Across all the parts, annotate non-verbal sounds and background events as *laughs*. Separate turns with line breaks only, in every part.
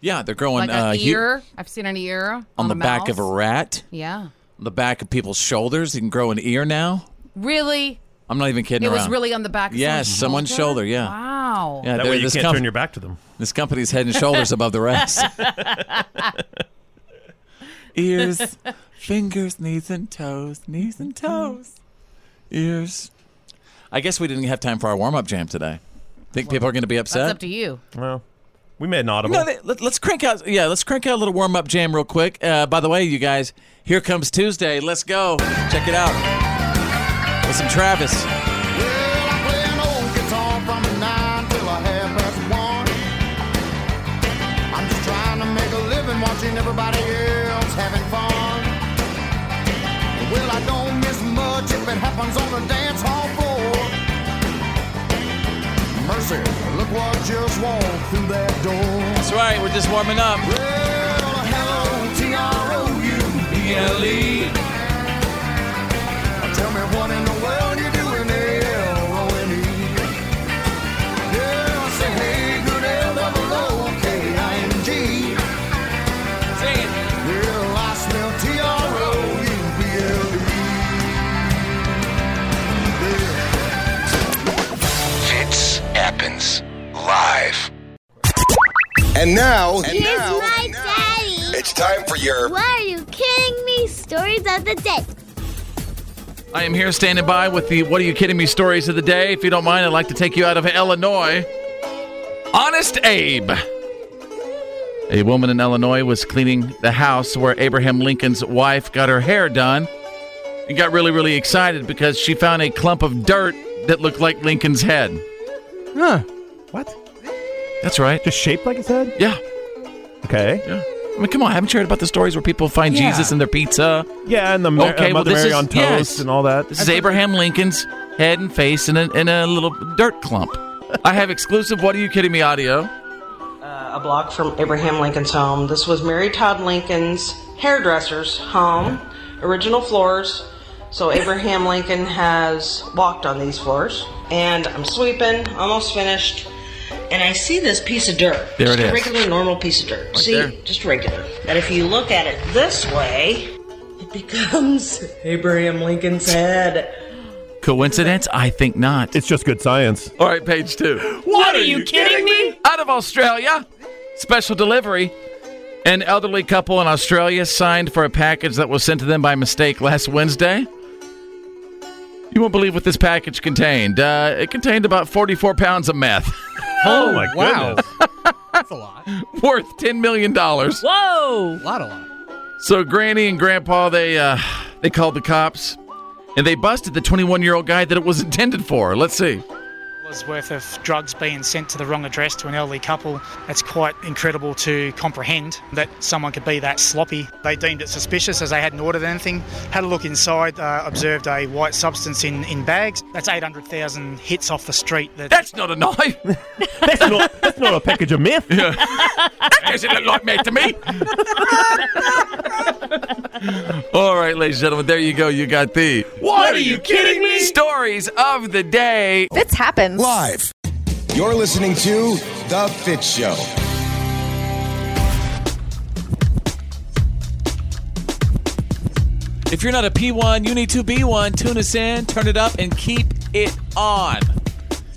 yeah, they're growing
like an
Mm-hmm. uh, hu-
ear. I've seen an ear on,
on the
a
back of a
mouse.
rat,
Yeah,
on the back of people's shoulders. You can grow an ear now.
really.
I'm not even kidding
It
around.
was really on the back. of
Yes, someone's
someone's
shoulder, yeah.
Wow.
yeah,
That
they're-
way you
this,
can't
com-
turn your back to them.
this company's head and shoulders above the rest. Ears, fingers, knees and toes, knees and toes, ears. I guess we didn't have time for our warm-up jam today. Think people are going to be upset?
That's up to you.
Well, we made an audible.
No, they, let, us crank out. Yeah, let's crank out a little warm up jam real quick. Uh, by the way, you guys, here comes Tuesday. Let's go. Check it out. With some Travis.
Well, I play an old guitar from nine till a half past one. I'm just trying to make a living watching everybody else having fun. Well, I don't miss much if it happens on the dance hall floor. Mercy, look what just walked through that door.
That's right. We're just warming up.
Well, hello, T-R-O-U-B-L-E. Tell me what in the world you're doing, Oh, L-O-N-E. Yeah, say hey, good L-O-O-K-I-N-G. Well, I smell T-R-O-U-B-L-E. E.
Fits happens live.
And now,
Here's my daddy.
It's time for your
Why are you kidding me? Stories of the day.
I am here standing by with the What Are You Kidding Me stories of the day. If you don't mind, I'd like to take you out of Illinois. Honest Abe. A woman in Illinois was cleaning the house where Abraham Lincoln's wife got her hair done and got really, really excited because she found a clump of dirt that looked like Lincoln's head.
What?
That's right.
Just shaped like his head?
Yeah.
Okay.
Yeah.
I mean, come on, haven't you heard about the stories where people find
Yeah.
Jesus in their pizza?
Yeah, and the Mar-
Okay,
uh,
well,
Mother
this
Mary
is-
on toast
yes.
and all that.
This is Abraham Lincoln's head and face in a, in a little dirt clump. I have exclusive What Are You Kidding Me audio.
a block from Abraham Lincoln's home. This was Mary Todd Lincoln's hairdresser's home, original floors. So Abraham Lincoln has walked on these floors. And I'm sweeping, almost finished. And I see this piece of dirt.
There it
just
is.
a regular, normal piece of dirt.
Right
see,
there.
just regular. And if you look at it this way, it becomes Abraham Lincoln's head.
Coincidence? I think not.
It's just good science.
All right, page two.
What are you kidding me?
Out of Australia, special delivery. An elderly couple in Australia signed for a package that was sent to them by mistake last Wednesday. You won't believe what this package contained. Uh, it contained about 44 pounds of meth. *laughs*
Oh, my goodness.
worth $10 million.
Whoa!
lot, a lot.
So Granny and Grandpa they uh, they called the cops, and they busted the 21 year old guy that it was intended for. Let's see.
dollars worth of drugs being sent to the wrong address to an elderly couple. That's quite incredible to comprehend that someone could be that sloppy. They deemed it suspicious as they hadn't ordered anything. Had a look inside, uh, observed a white substance in, in bags. That's 800,000 hits off the street. That
That's not a knife.
that's, not, that's not a package of meth.
*laughs* That doesn't look like meth to me. *laughs* All right, ladies and gentlemen, there you go. You got the
What are you kidding me?
stories of the day.
Fitz happens.
Live. You're listening to The Fit Show.
If you're not a P1, you need to be one. Tune us in, turn it up, and keep it on.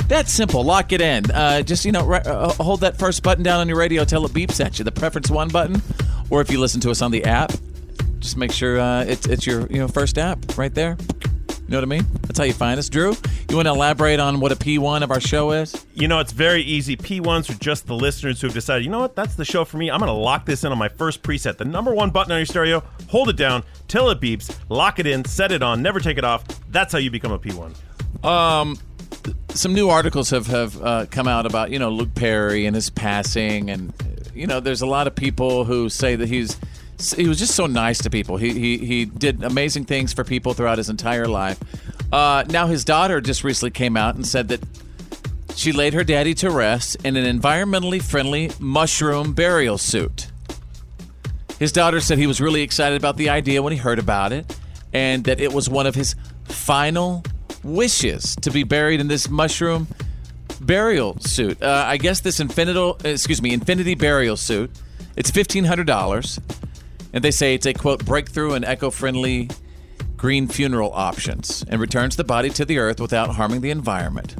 That's simple. Lock it in. Uh, just you know, ri- uh, hold that first button down on your radio till it beeps at you. The preference one button, or if you listen to us on the app, just make sure uh, it's it's your you know first app right there. You know what I mean? That's how you find us. Drew, you want to elaborate on what a P1 of our show is?
*laughs* You know, it's very easy. P1s are just the listeners who have decided, you know what, that's the show for me. I'm going to lock this in on my first preset. The number one button on your stereo, hold it down till it beeps, lock it in, set it on, never take it off. That's how you become a P1.
Um, some new articles have have uh, come out about you know Luke Perry and his passing, and uh, you know there's a lot of people who say that he's he was just so nice to people. He he he did amazing things for people throughout his entire life. Uh, now his daughter just recently came out and said that she laid her daddy to rest in an environmentally friendly mushroom burial suit. His daughter said he was really excited about the idea when he heard about it and that it was one of his final wishes to be buried in this mushroom burial suit. Uh, I guess this infinity, excuse me, infinity burial suit. It's $1500 and they say it's a quote breakthrough and eco-friendly green funeral options and returns the body to the earth without harming the environment.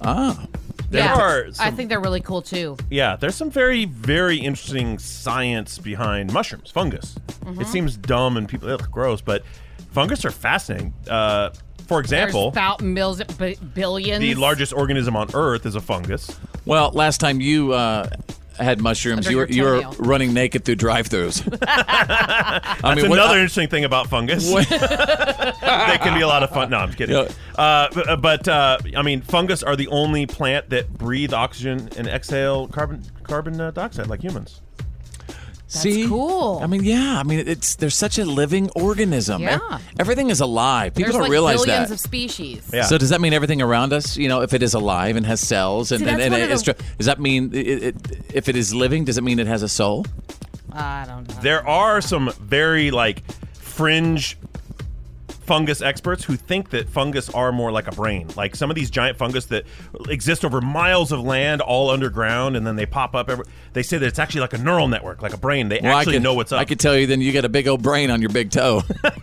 Ah.
yeah.
are
I
some-
think they're really cool too.
Yeah, there's some very, very interesting science behind mushrooms, fungus.
Mhm.
It seems dumb and people, ugh, gross, but fungus are fascinating. Uh, for example,
There's about mils- b- billions.
the largest organism on Earth is a fungus.
Well, last time you uh, had mushrooms,
Under
you were,
your
you were
toenail.
running naked through drive-throughs. *laughs*
That's
mean, what-
another interesting thing about fungus. *laughs* they can be a lot of fun. No, I'm kidding. Uh, b- uh, but uh, I mean, fungus are the only plant that breathe oxygen and exhale carbon carbon uh, dioxide like humans.
See, cool. I mean, yeah. I mean, it's they're such a living organism.
Yeah.
Ev- Everything is alive. People
There's
don't
like
realize
billions
that.
of species.
So does that mean everything around us? You know, if it is alive and has cells, and,
See,
and,
that's
and
one of
it is
the-
tr- does that mean it, it, if it is living, does it mean it has a soul?
I don't know.
There are some very like fringe fungus experts who think that fungus are more like a brain. Like some of these giant fungus that exist over miles of land, all underground, and then they pop up. Every- they say that it's actually like a neural network, like a brain. They
Well, I
actually
could-
know what's up.
I could tell you. Then you got a big old brain on your big toe. *laughs*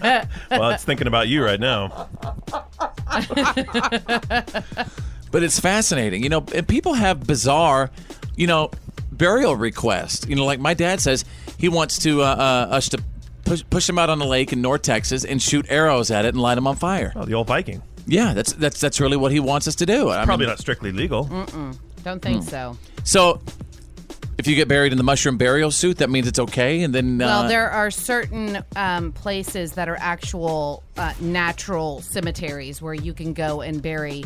well, it's thinking about you right now.
But it's fascinating, you know. And people have bizarre, you know, burial requests. You know, like my dad says he wants to uh, uh, us to push push him out on a lake in North Texas and shoot arrows at it and light him on fire.
Oh, the old Viking.
Yeah, that's that's that's really what he wants us to do. I mean-
Probably not strictly legal.
Mm-mm. Don't think so.
So, if you get buried in the mushroom burial suit, that means it's okay. And then,
Well,
uh,
there are certain um, places that are actual uh, natural cemeteries where you can go and bury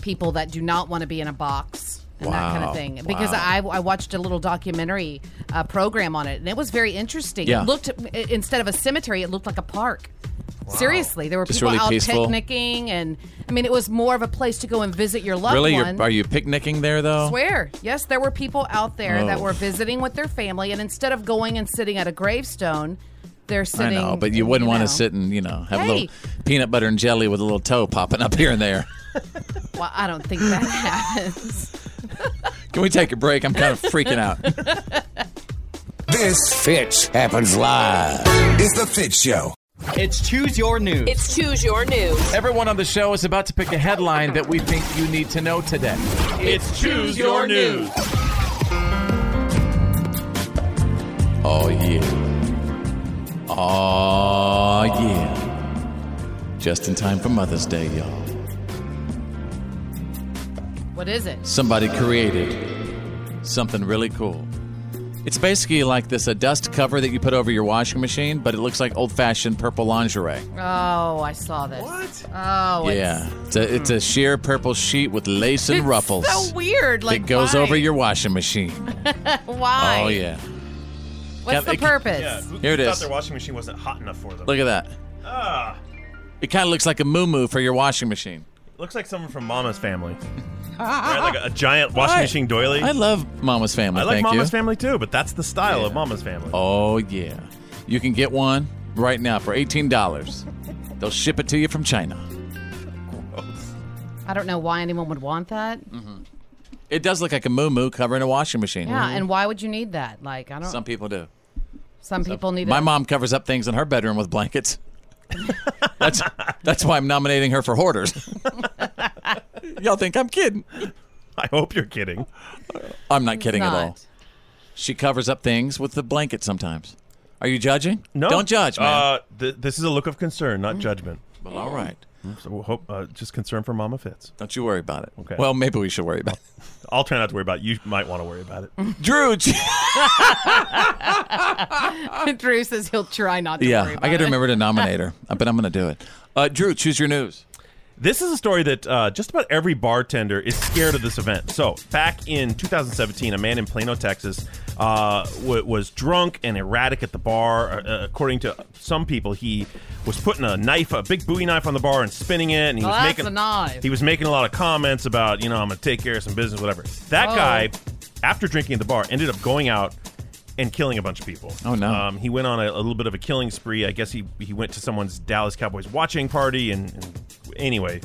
people that do not want to be in a box and that kind
Wow.
of thing. Because
Wow.
I, I watched a little documentary uh, program on it, and it was very interesting.
Yeah.
It looked i- instead of a cemetery, it looked like a park. Seriously, there were
Just
people
really
out
peaceful.
picnicking, and I mean, it was more of a place to go and visit your loved
really?
one.
You're, are you picnicking there though?
Swear. Yes, there were people out there that
Oh.
were visiting with their family, and instead of going and sitting at a gravestone, they're
I
sitting.
know, but you wouldn't want to sit and you know have a
Hey.
little peanut butter and jelly with a little toe popping up here and
*laughs*
there.
Well, I don't think that *laughs* happens.
Can we take a break? I'm kind of freaking
*laughs*
out.
This Fitch happens live. It's the Fit Show.
It's choose your news.
It's Choose Your News.
Everyone on the show is about to pick a headline that we think you need to know today.
It's Choose Your News.
Oh yeah. Oh yeah. Just in time for Mother's Day, y'all.
What is it?
Somebody created something really cool. It's basically like this a dust cover that you put over your washing machine, but it looks like old-fashioned purple lingerie.
Oh, I saw this. What? Oh, it's-
yeah, it's a, it's a sheer purple sheet with lace and
Hmm. It's
ruffles.
So weird. Like
it goes
why?
over your washing machine.
why?
Oh yeah.
What's
Yeah,
the
it-
purpose?
who,
Here it
who
is.
thought their washing machine wasn't hot enough for them?
Look at that.
Ah,
It kind of looks like a moo for your washing machine.
looks like someone from
*laughs*
Mama's Family. Right, like a, a giant washing
Right.
machine doily.
I love Mama's Family.
I like
thank
Mama's
you.
Family too, but that's the style of Mama's Family.
Oh yeah. You can get one right now for eighteen dollars. They'll ship it to you from China.
I don't know why anyone would want that.
Mm-hmm. It does look like a moo moo covering a washing machine. Mm.
Yeah, and why would you need that? Like, I don't.
some
Some,
people do.
people need.
My
a-
mom covers up things in her bedroom with
*laughs*
blankets. that's that's why I'm nominating her for
*laughs*
hoarders. Y'all think I'm kidding?
*laughs* I hope you're kidding.
I'm not kidding
not.
at all. She covers up things with the blanket sometimes. Are you judging? No. Don't judge, man.
Uh, th- this is a look of concern, not judgment.
Well, all right.
So we'll hope uh, just concern for Mama Fitz.
Don't you worry about it.
Okay.
Well, maybe we should worry about
*laughs*
it.
I'll try not to worry about it. You might want to worry about
*laughs*
it.
Drew. ch-
*laughs* Drew says he'll try not to. worry
yeah,
about
I got to
it.
remember to nominate
*laughs*
her, Uh, but I'm going to do it. Uh, Drew, choose your news.
This is a story that uh, just about every bartender is scared of this event. So, back in 2017, a man in Plano, Texas, uh, w- was drunk and erratic at the bar. Uh, according to some people, he was putting a knife, a big Bowie knife, on the bar and spinning it. And he
Well,
was
that's
making
a knife.
He was making a lot of comments about, you know, I'm going to take care of some business, whatever. That
Oh.
guy, after drinking at the bar, ended up going out and killing a bunch of people.
Oh, no.
Um, he went on a, a little bit of a killing spree. I guess he he went to someone's Dallas Cowboys watching party, and, and anyway,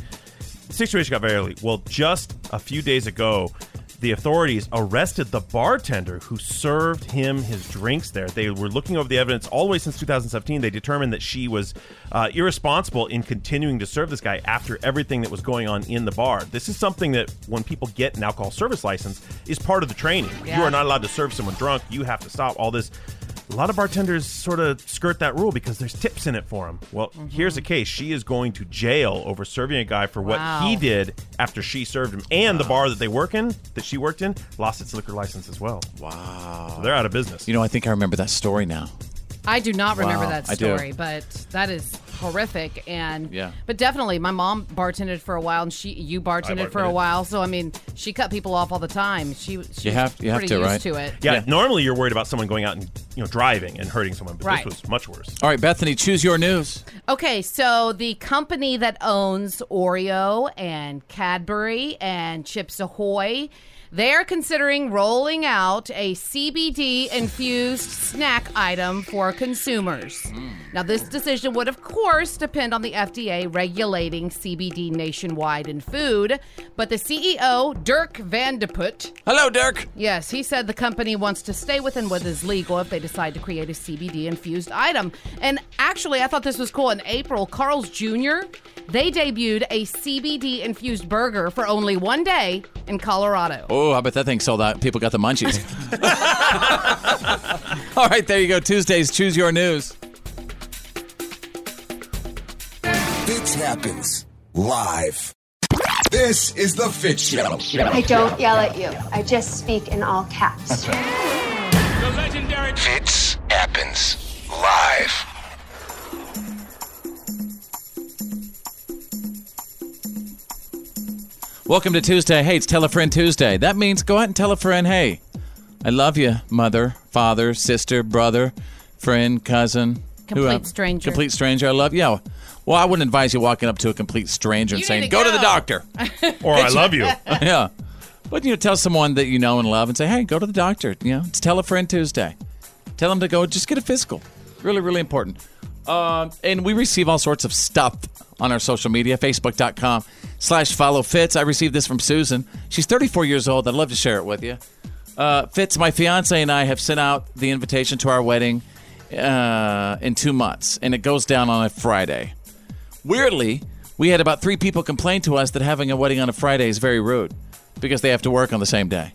the situation got very ugly. Well, just a few days ago, the authorities arrested the bartender who served him his drinks there. They were looking over the evidence all the way since 2017. They determined that she was uh, irresponsible in continuing to serve this guy after everything that was going on in the bar. This is something that when people get an alcohol service license is part of the training. You
Yeah.
are not allowed to serve someone drunk. You have to stop all this. A lot of bartenders sort of skirt that rule because there's tips in it for them. Well, here's the case. She is going to jail over serving a guy for
Wow.
what he did after she served him. And the bar that they work in, that she worked in, lost its liquor license as well.
Wow.
So they're out of business.
You know, I think I remember that story now.
I do not remember
Wow,
that
I do.
story, but that is horrific. And
Yeah.
but definitely, my mom bartended for a while, and she you bartended for a
bartended.
while. So I mean, she cut people off all the time. She, she
You have-
was
you have
pretty
to,
used
right?
to it.
Yeah, normally you're worried about someone going out and you know driving and hurting someone, but
Right.
this was much worse.
All right, Bethany, choose your news.
Okay, so the company that owns Oreo and Cadbury and Chips Ahoy, they are considering rolling out a CBD infused snack item for consumers. Now, this decision would, of course, depend on the FDA regulating CBD nationwide in food, but the CEO, Dirk Vandeput,
Hello, Dirk.
Yes, he said the company wants to stay within what is legal if they decide to create a CBD infused item. And actually, I thought this was cool. In April, Carl's Jr. they debuted a CBD infused burger for only one day in Colorado.
Oh, I bet that thing sold out. People got the *laughs* munchies. All right, there you go. Tuesdays, choose your news.
Fitch happens live. This is the Fit Show.
I don't yell at you. I just speak in all caps.
The legendary Fitz happens live.
Welcome to Tuesday. Hey, it's Tell a Friend Tuesday. That means go out and tell a friend, hey, I love you, mother, father, sister, brother, friend, cousin.
Complete
whoever.
stranger.
Complete stranger. I love you. Yeah. Well, I wouldn't advise you walking up to a complete stranger and
You
saying,
need to
go, to the
go.
doctor.
or I love
*laughs*
you.
*laughs* yeah. But you know, tell someone that you know and love and say, hey, go to the doctor. You know, it's Tell a Friend Tuesday. Tell them to go just get a physical. Really, really important. Um, and we receive all sorts of stuff on our social media, facebook.com slash follow Fitz. I received this from Susan. She's 34 years old. I'd love to share it with you. Uh, Fitz, my fiance, and I have sent out the invitation to our wedding uh, in two months, and it goes down on a Friday. Weirdly, we had about three people complain to us that having a wedding on a Friday is very rude because they have to work on the same day.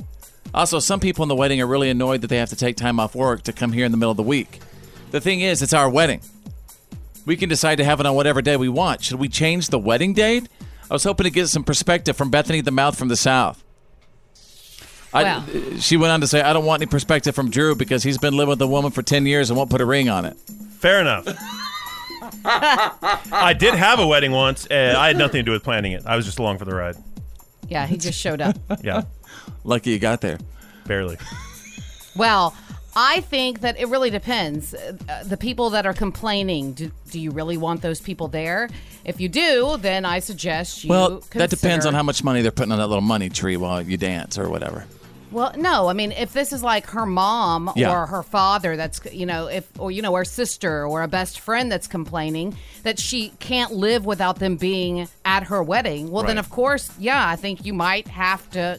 Also, some people in the wedding are really annoyed that they have to take time off work to come here in the middle of the week. The thing is, it's our wedding. We can decide to have it on whatever day we want. Should we change the wedding date? I was hoping to get some perspective from Bethany the Mouth from the South. I,
Well.
She went on to say, I don't want any perspective from Drew because he's been living with a woman for 10 years and won't put a ring on it.
Fair enough. I did have a wedding once, and I had nothing to do with planning it. I was just along for the ride.
Yeah, he just
*laughs*
showed up.
Yeah.
Lucky you got there. *laughs*
Barely.
Well, I think that it really depends. Uh, the people that are complaining, do, do you really want those people there? If you do, then I suggest you.
well, that depends
consider-
on how much money they're putting on that little money tree while you dance or whatever.
Well, no, I mean, if this is like her mom
Yeah.
or her father, that's you know, if or you know, her sister or a best friend that's complaining that she can't live without them being at her wedding. Well, then
Right.
of course, yeah, I think you might have to,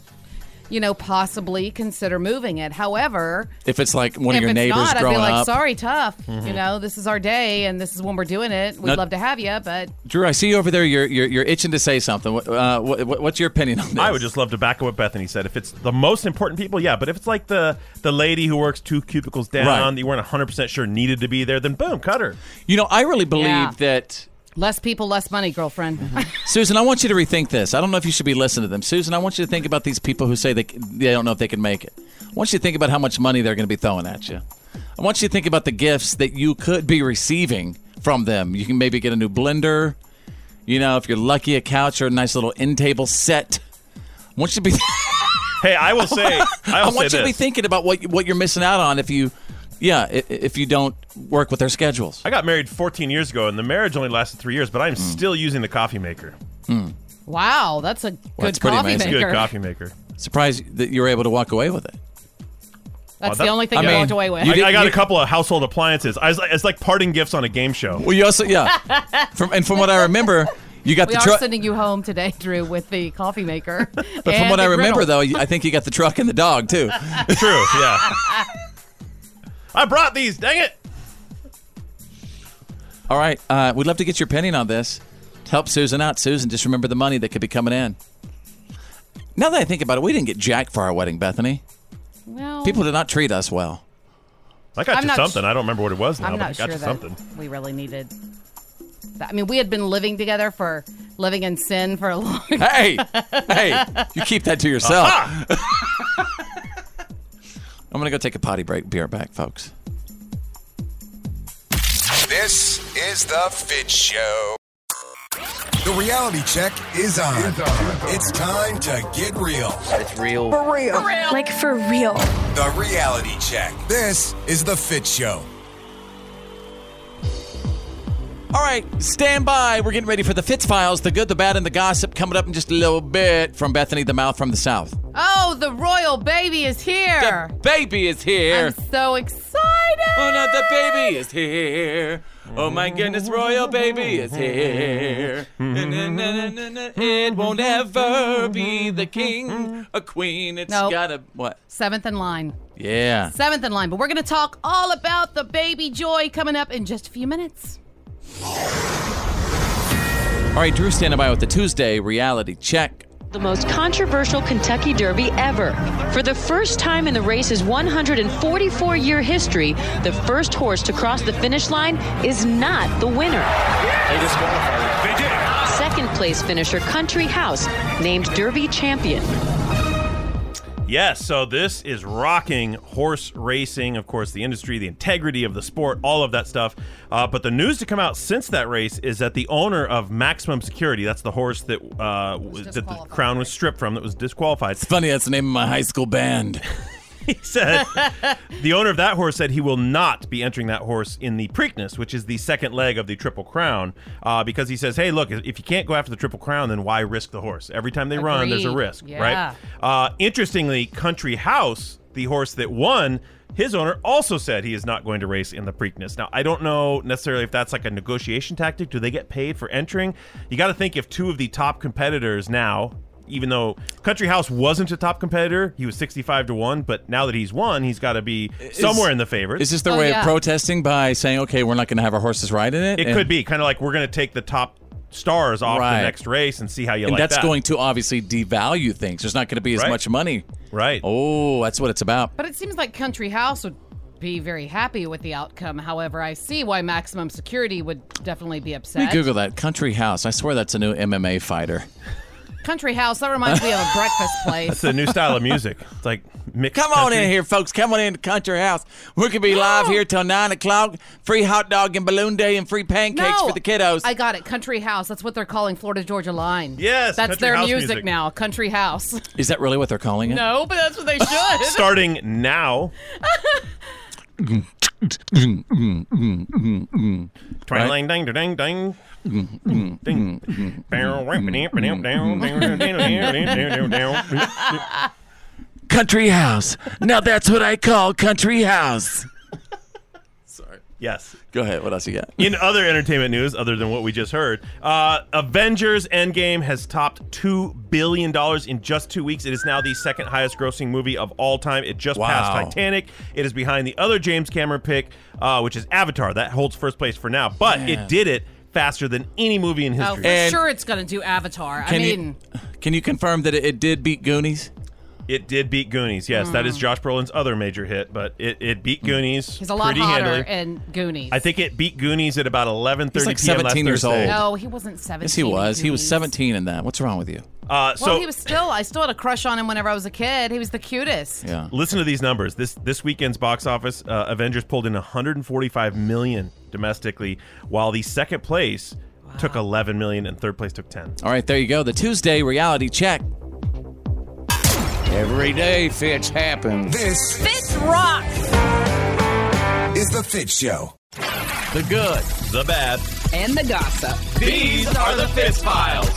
you know, possibly consider moving it. However,
If it's like one
if
of your
it's
neighbors
not, I'd
growing
be like,
up.
sorry, tough. You
Mhm.
know, this is our day, and this is when we're doing it. We'd
Now-
love to have you, but
Drew, I see you over there. You're you're, you're itching to say something. What, uh, what, what- what's your opinion on this?
I would just love to back up what Bethany said. If it's the most important people, yeah. But if it's like the the lady who works two cubicles down
Right.
that you weren't 100% sure needed to be there, then boom, cut her.
You know, I really believe
Yeah.
that.
less people, less money, girlfriend.
Mm-hmm. Susan, I want you to rethink this. I don't know if you should be listening to them. Susan, I want you to think about these people who say they, c- they don't know if they can make it. I want you to think about how much money they're going to be throwing at you. I want you to think about the gifts that you could be receiving from them. You can maybe get a new blender. You know, if you're lucky, a couch or a nice little end table set. I want you to be. *laughs*
hey, I will say. I, will
want
say
you to be
this.
thinking about what what you're missing out on if you, yeah, i- if you don't work with their schedules.
I got married 14 years ago, and the marriage only lasted three years, but
Hmm.
I'm still using the coffee maker.
*laughs* wow, that's a good
that's pretty
coffee
amazing.
maker.
Good coffee maker.
Surprised that you were able to walk away with it.
That's
that-
the only thing
I
I,
mean,
walked away with.
I, I got a couple of household appliances. I was like, it's like parting gifts on a game show.
*laughs*
Well, you also yeah. From and from what I remember, you got
we
the
are
truck.
sending you home today, Drew, with the coffee maker.
*laughs* But from what I remember, though, I think you got the truck and the dog too.
True. Yeah. I brought these. Dang it.
All right. Uh, we'd love to get your opinion on this. To help Susan out, Susan. Just remember the money that could be coming in. Now that I think about it, we didn't get Jack for our wedding, Bethany.
well,
People did not treat us well.
I got
I'm
you
not
something. I don't remember what it was now,
I'm
but I
not
got
sure
you
that
something.
we really needed. That. I mean, we had been living together for living in sin for a long. *laughs*
Hey, hey, you keep that to yourself. *laughs* I'm gonna go take a potty break. Be right back, folks.
This is the Fit Show. The reality check is on. It's, time to get real. It's real.
real. Like for real.
The reality check. This is the Fit Show.
All right, stand by. We're getting ready for the Fitz Files, the good, the bad, and the gossip coming up in just a little bit from Bethany the Mouth from the South.
oh, the royal baby is here!
Baby is here.
so excited!
Oh, no, the baby is here. Oh, my goodness, royal baby is here. Na-na-na-na-na-na. It won't ever be the king, a queen. It's
Nope.
gotta. What?
Seventh in line.
Yeah.
Seventh in line. But we're going to talk all about the baby joy coming up in just a few minutes.
All right, Drew, standing by with the Tuesday reality check.
The most controversial Kentucky Derby ever. For the first time in the race's 144 year history, the first horse to cross the finish line is not the winner.
They disqualified. They did.
Second place finisher Country House named Derby champion.
Yes, so this is rocking horse racing, of course, the industry, the integrity of the sport, all of that stuff. Uh, but the news to come out since that race is that the owner of Maximum Security, that's the horse that, uh, w- that the crown was stripped from, that was disqualified. *laughs* It's
funny, that's the name of my high school band.
he said the owner of that horse said he will not be entering that horse in the Preakness, which is the second leg of the Triple Crown, uh, because he says, "Hey, look, if you can't go after the Triple Crown, then why risk the horse? Every time they run, there's a
Agreed.
risk,
Yeah.
right?" Uh, interestingly, Country House, the horse that won. His owner also said he is not going to race in the Preakness. Now, I don't know necessarily if that's like a negotiation tactic. Do they get paid for entering? You got to think if two of the top competitors now, even though Country House wasn't a top competitor, he was 65 to 1, but now that he's won, he's got to be somewhere in the favorites.
Is this their way of protesting by saying, okay, we're not going to have our horses ride in it?
It
And-
could be kind of like we're going to take the top stars off
Right.
the next race and see how you
and
like
that's
that.
going to obviously devalue things. There's not going to be as
Right.
much money.
Right.
Oh, that's what it's about.
But it seems like Country House would be very happy with the outcome. However, I see why maximum security would definitely be upset.
Let me Google that. Country House. I swear that's a new MMA fighter.
Country House, that reminds me of a
*laughs*
breakfast place.
It's a new style of music. It's like mixed
Come on in here, folks. Come on in to Country House. We're going to be live here till 9 o'clock. Free hot dog and balloon day and free pancakes
no,
for the kiddos.
I got it. Country House. That's what they're calling Florida Georgia Line.
Yes,
That's
Country
their
House
music,
music.
now. Country House.
Is that really what they're calling it?
No, but that's what *laughs* they should.
Starting now. Twang, dang, dang, dang.
Country House. Now that's what I call Country House.
Yes.
Go ahead. What else you got?
In other entertainment news, other than what we just heard, uh, Avengers Endgame has topped $2 billion in just two weeks. It is now the second highest grossing movie of all time. It just passed
Wow.
Titanic. It is behind the other James Cameron pick, uh, which is Avatar. That holds first place for now, but
Man.
it did it faster than any movie in
Oh,
history.
for sure it's going to do Avatar. I
Can you-
mean,
Can you confirm that it, it did beat Goonies?
It did beat Goonies. Yes, that is Josh Brolin's other major hit, but it, it
Hmm.
beat Goonies
Hmm. he's a lot
pretty
hotter
handily.
and Goonies.
I think it beat Goonies at about 11:30
like
p.m.
17
last
years
Thursday.
No, he wasn't 17.
Yes, he was. He was
Goonies.
17 in that. What's wrong with you?
Uh,
Well,
so
he was still. I still had a crush on him whenever I was a kid. He was the cutest.
Yeah.
Listen to these numbers. This this weekend's box office, uh, Avengers pulled in 145 million domestically, while the second place took 11 million and third place took 10.
All right, there you go. The Tuesday reality check.
Every day, Fitch happens. This
Fitz rock.
is the Fit Show.
The good,
the bad,
And the gossip.
These are the Fitz Files.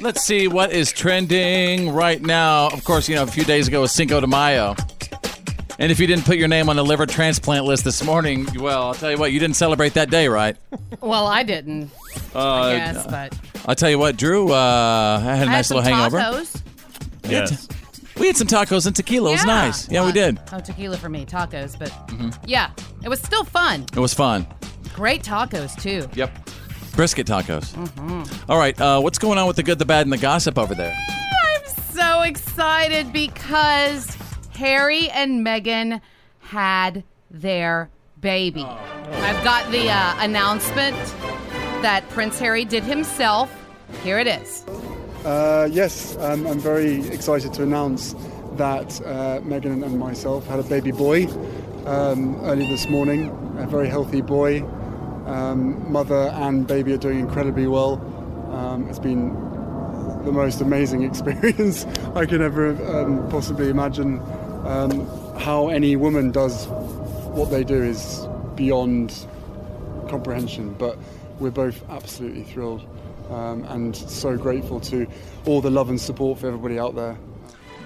Let's see what is trending right now. Of course, you know, a few days ago was Cinco de Mayo. And if you didn't put your name on the liver transplant list this morning, well, I'll tell you what, you didn't celebrate that day, right?
Well, I didn't.
Uh,
I guess, but
I'll tell you what, Drew, uh, I had a
I had
nice
some
little hangover.
tacos.
Yes.
We had some tacos and tequila. It was
Yeah.
nice. Yeah, we did.
Oh, tequila for me, tacos. But
Mhm.
yeah, it was still fun.
It was fun.
Great tacos too.
Yep. Brisket tacos.
hmm
All right, uh, what's going on with the good, the bad, and the gossip over there?
I'm so excited because Harry and Meghan had their baby.
Oh.
I've got the uh, announcement that Prince Harry did himself. Here it is.
Uh, yes, um, I'm very excited to announce that uh, Megan and myself had a baby boy um, early this morning. A very healthy boy. Um, mother and baby are doing incredibly well. Um, it's been the most amazing experience I can ever um, possibly imagine. Um, how any woman does what they do is beyond comprehension, but we're both absolutely thrilled um, and so grateful to all the love and support for everybody out there.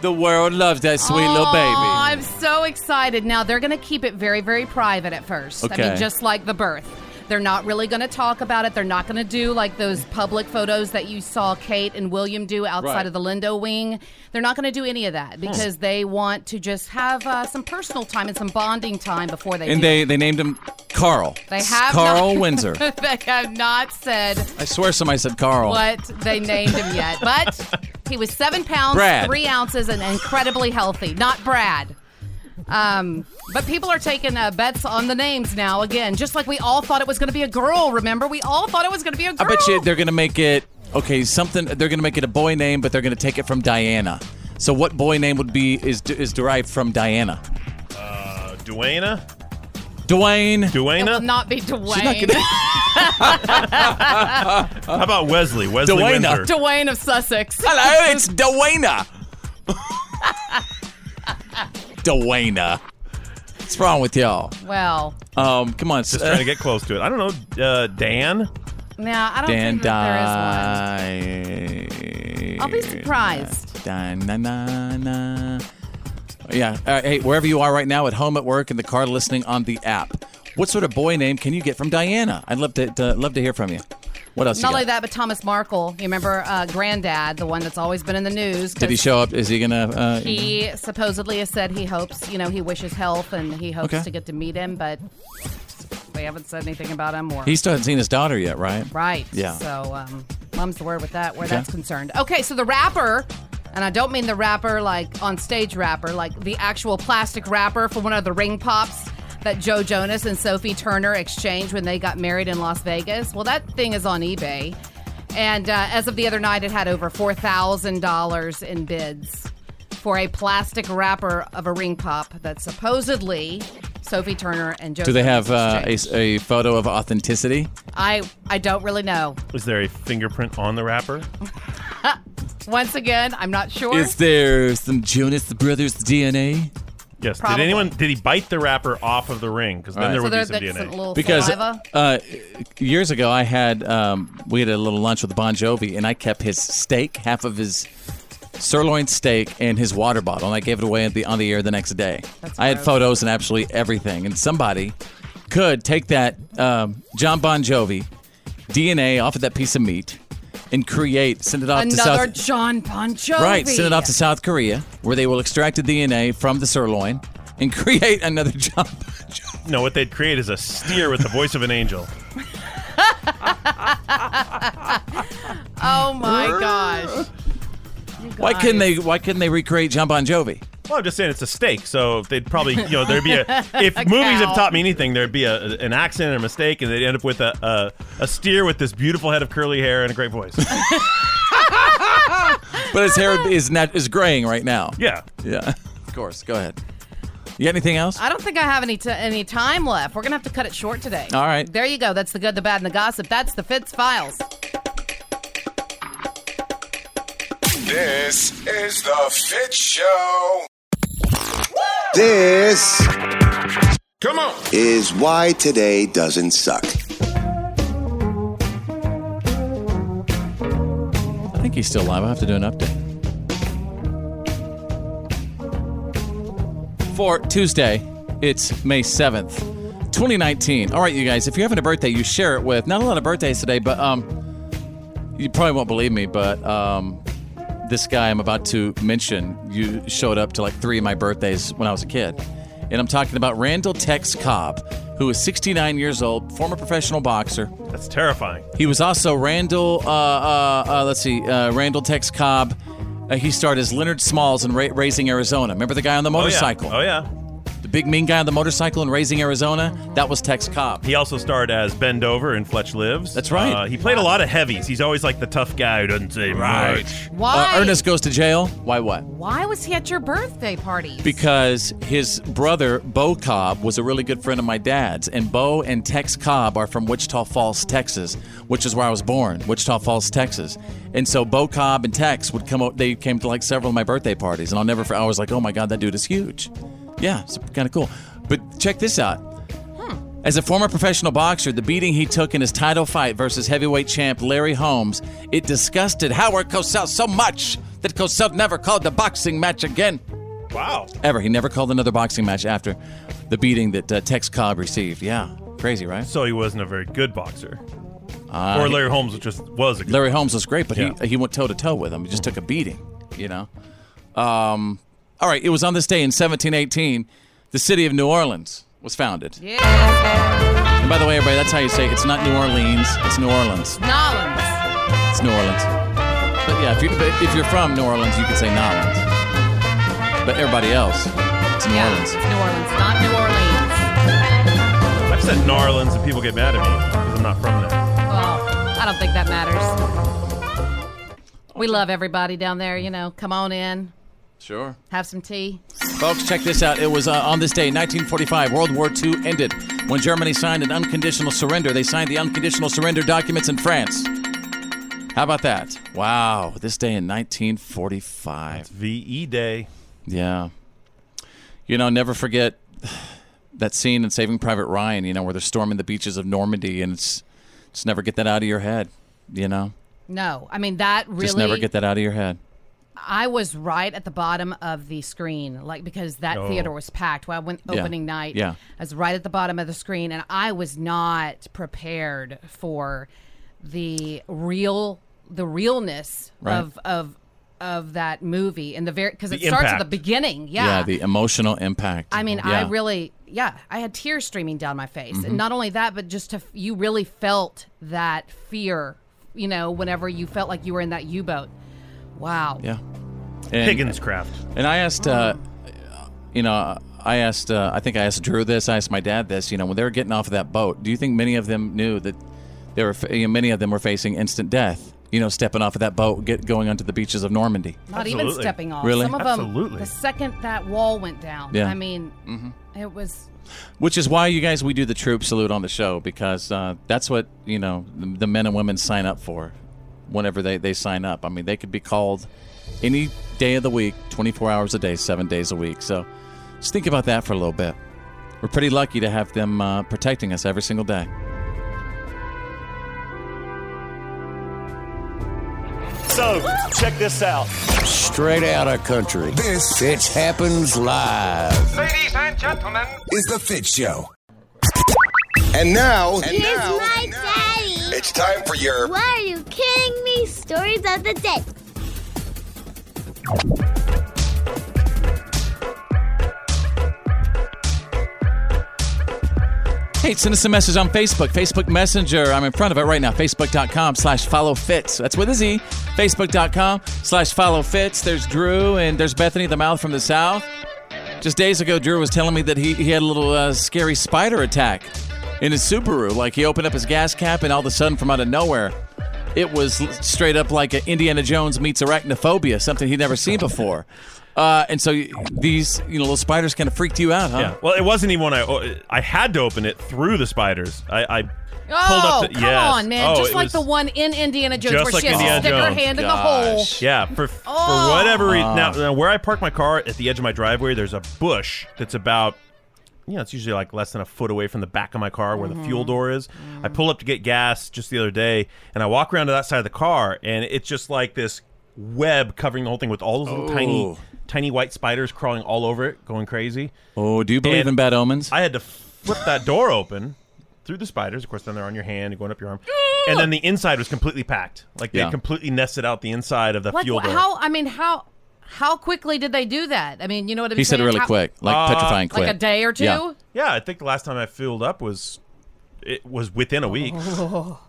The world loves that sweet little
Aw,
baby.
I'm so excited. Now they're going to keep it very, very private at first. I
Okay.
mean, just like the birth. They're not really going to talk about it. They're not going to do like those public photos that you saw Kate and William do outside
Right.
of the Lindo wing. They're not going to do any of
Hmm.
that because they want to just have uh, some personal time and some bonding time before they.
and
do.
they, they named him Carl.
They
It's
have
Carl
not-
Windsor.
*laughs* they have not said
I swear somebody said Carl.
what they named him yet,
*laughs*
but he was seven pounds
Brad.
three ounces and incredibly healthy. Not Brad. Um, but people are taking uh, bets on the names now again, just like we all thought it was going to be a girl. Remember, we all thought it was going to be a
I
girl.
bet you they're gonna make it okay. Something they're gonna make it a boy name, but they're gonna take it from Diana. So what boy name would be is is derived from Diana?
Uh, Duana?
Dwayne.
It will
Duana?
not be Dwayne.
How about Wesley? Wesley
Dwayna.
Windsor.
*laughs* Dwayne
*laughs*
of Sussex.
Hello, it's Dwayna. Dwayna. What's wrong with y'all?
Well,
Um, come on,
Just trying to get close to it. I don't know. Uh, Dan.
now I don't
Dan
think that
Di.
there is one. I'll be surprised.
Da, na, na, na. Yeah. All right, hey, wherever you are right now, at home, at work, in the car, listening on the app, what sort of boy name can you get from Diana? I'd love to, to love to hear from you. What else?
Not
you
only
got?
that, but Thomas Markle. You remember uh, Granddad, the one that's always been in the news. 'cause
Did he show up? Is he gonna? Uh,
He supposedly has said he hopes, you know, he wishes health and he hopes
Okay.
to get to meet him, but they haven't said anything about him or
he still hasn't seen his daughter yet, right?
Right.
Yeah.
So, um, mum's the word with that, where
Okay.
that's concerned. Okay, so the rapper, and I don't mean the rapper like on stage rapper, like the actual plastic rapper from one of the ring pops that Joe Jonas and Sophie Turner exchanged when they got married in Las Vegas. Well, that thing is on eBay. And uh, as of the other night, it had over $4,000 in bids for a plastic wrapper of a ring pop that supposedly Sophie Turner and Joe
Do they
Jonas
have uh, a,
exchanged.
a photo of authenticity?
I, I don't really know.
Is there a fingerprint on the wrapper?
Once again, I'm not sure.
Is there some Jonas Brothers DNA?
Yes.
Probably.
Did anyone? Did he bite the wrapper off of the ring? Because then
Right.
there
So
would
there-
be
that's
some
a little
DNA.
because
saliva?
uh, years ago I had um, we had a little lunch with Bon Jovi, and I kept his steak, half of his sirloin steak, and his water bottle, and I gave it away at the, on the air the next day. I had photos and absolutely everything, and somebody could take that um, John Bon Jovi DNA off of that piece of meat and create, send it off to South.
Another John Bon Jovi.
Right, send it off to South Korea, where they will extract the DNA from the sirloin and *laughs* create another John.
No, what they'd create is a steer with the voice of an angel.
Oh my gosh.
Why couldn't they? Why couldn't they recreate John Bon Jovi?
Well, I'm just saying it's a steak, so they'd probably, you know, there'd be
*laughs*
a. If
A
movies
cow.
have taught me anything, there'd be a, an accident or a mistake, and they'd end up with a, a a steer with this beautiful head of curly hair and a great
*laughs*
voice.
But his hair *laughs* is not is graying right now.
Yeah,
yeah. Of course. Go ahead. You got anything else?
I don't think I have any t- any time left. We're gonna have to cut it short today.
All right. Uh,
There you go. That's the good, the bad, and the gossip. That's the Fitz files.
This is the Fit Show. This
Come on.
is why today doesn't suck.
I think he's still live. I have to do an update for Tuesday. It's May seventh, 2019. All right, you guys. If you're having a birthday, you share it with. Not a lot of birthdays today, but um, you probably won't believe me, but um, this guy I'm about to mention, you showed up to like three of my birthdays when I was a kid. And I'm talking about Randall Tex Cobb, who is 69 years old, former professional boxer.
That's terrifying.
He was also Randall, uh, uh, uh, let's see, uh, Randall Tex Cobb. Uh, he starred as Leonard Smalls in Ra- Raising Arizona. Remember the guy on the motorcycle?
Oh yeah.
The big mean guy on the motorcycle in Raising Arizona? That was Tex Cobb.
He also starred as Bend Over in Fletch Lives. That's
right.
Uh, he played a lot of heavies. He's always like the tough guy who doesn't say
Right.
much.
Why?
Uh, Ernest goes to jail. Why what?
Why was he at your birthday party?
Because his brother, Bo Cobb, was a really good friend of my dad's. And Bo and Tex Cobb are from Wichita Falls, Texas, which is where I was born, Wichita Falls, Texas. And so Bo Cobb and Tex would come up, they came to like several of my birthday parties. And I'll never, for- I was like, oh my God, that dude is huge. Yeah, it's kind of cool. But check this out. As a former professional boxer, the beating he took in his title fight versus heavyweight champ Larry Holmes, it disgusted Howard Cosell so much that Cosell never called the boxing match again
Wow.
ever. He never called another boxing match after the beating that uh, Tex Cobb received. Yeah, crazy, right?
So he wasn't a very good boxer.
Uh,
or Larry Holmes, which was, was a good
Larry Holmes was great, but
Yeah.
he he went toe to toe with him. He just took a beating, you know. Um, all right, it was on this day in 1718, the city of New Orleans was founded.
Yeah.
And by the way, everybody, that's how you say it. it's not New Orleans, it's New Orleans.
Nolans.
It's New Orleans. But yeah, if you're, but if you're from New Orleans, you can say New Orleans. But everybody else, It's New
Yeah,
Orleans.
New Orleans, not New Orleans.
I've said New Orleans and people get mad at me because I'm not from there.
Well, I don't think that matters. We love everybody down there, you know. Come on in,
Sure.
have some tea.
Folks, check this out. It was uh, on this day, 1945, World War II ended when Germany signed an unconditional surrender. They signed the unconditional surrender documents in France. How about that? Wow, this day in 1945.
VE E Day.
Yeah. You know, never forget that scene in Saving Private Ryan, you know, where they're storming the beaches of Normandy and it's just never get that out of your head, you know?
No, I mean that really.
Just never get that out of your head.
I was right at the bottom of the screen, like because that
Oh.
theater was packed. Well, I went
Yeah.
opening night.
Yeah.
I was right at the bottom of the screen, and I was not prepared for the real, the realness
Right.
of of of that movie and the very because it
The
starts at
impact.
the beginning.
yeah the emotional impact.
I mean,
Yeah.
I really, yeah, I had tears streaming down my face,
Mhm.
Mm-hmm.
and not only that, but just to you really felt that fear, you know, whenever you felt like you were in that U boat. Wow.
Yeah.
Higgins craft.
And I asked, uh, you know, I asked, uh, I think I asked Drew this. I asked my dad this. You know, when they were getting off of that boat, do you think many of them knew that they were, fa- you know, many of them were facing instant death? You know, stepping off of that boat, get going onto the beaches of Normandy.
Not even stepping off.
Really?
Some of them, the second that wall went down,
Yeah.
I mean,
Mm-hmm.
it was
Which is why you guys we do the troop salute on the show because uh, that's what you know the, the men and women sign up for. Whenever they they sign up, I mean they could be called any day of the week, 24 hours a day, seven days a week. So just think about that for a little bit. We're pretty lucky to have them uh, protecting us every single day.
So, check this out.
Straight out of country. This Fitch happens live.
Ladies and gentlemen, is the Fit Show. And now, and now,
my daddy.
it's time for your
Why are you kidding me? Stories of the dead.
Hey, send us a message on Facebook, Facebook Messenger. I'm in front of it right now. Facebook.com slash follow fits. That's with a Z. Facebook.com slash follow fits. There's Drew and there's Bethany, the mouth from the south. Just days ago, Drew was telling me that he, he had a little uh, scary spider attack in his Subaru. Like he opened up his gas cap and all of a sudden, from out of nowhere, it was l- straight up like a Indiana Jones meets arachnophobia, something he'd never seen
*laughs*
before. Uh, and so y- these you know little spiders kind of freaked you out, huh?
Yeah. Uh-huh. Well, it wasn't even when I oh, I had to open it through the spiders. I, I pulled
Oh,
up. The,
come
yes.
on, man!
Oh,
just
it
like
was
the one in Indiana Jones
just
where
like
she has
Indiana
to stick her
Jones.
hand in the hole.
Yeah. For
Oh.
for whatever reason,
Ah.
now, now where I park my car at the edge of my driveway, there's a bush that's about. You know, it's usually like less than a foot away from the back of my car where the fuel
Mm-hmm.
Mhm.
door is. I pull up to get gas just the other day, and I walk around to that side of the car, and it's just like this web covering the whole thing with all those little tiny,
Oh.
tiny white spiders crawling all over it, going crazy.
Oh, do you believe
And
in bad omens?
I had to flip that door open through the spiders. Of course, then they're on your hand and going up your arm. And then the inside was completely packed. Like they
Yeah.
completely nested out the inside of the
Like
fuel door.
how? I mean, how? How quickly did they do that? I mean, you know what I'm
He said
saying?
really
How-
quick, like Uh, petrifying
Like
quick.
a day or two.
Yeah. yeah, I think the last time I filled up was it was within
Oh.
a week.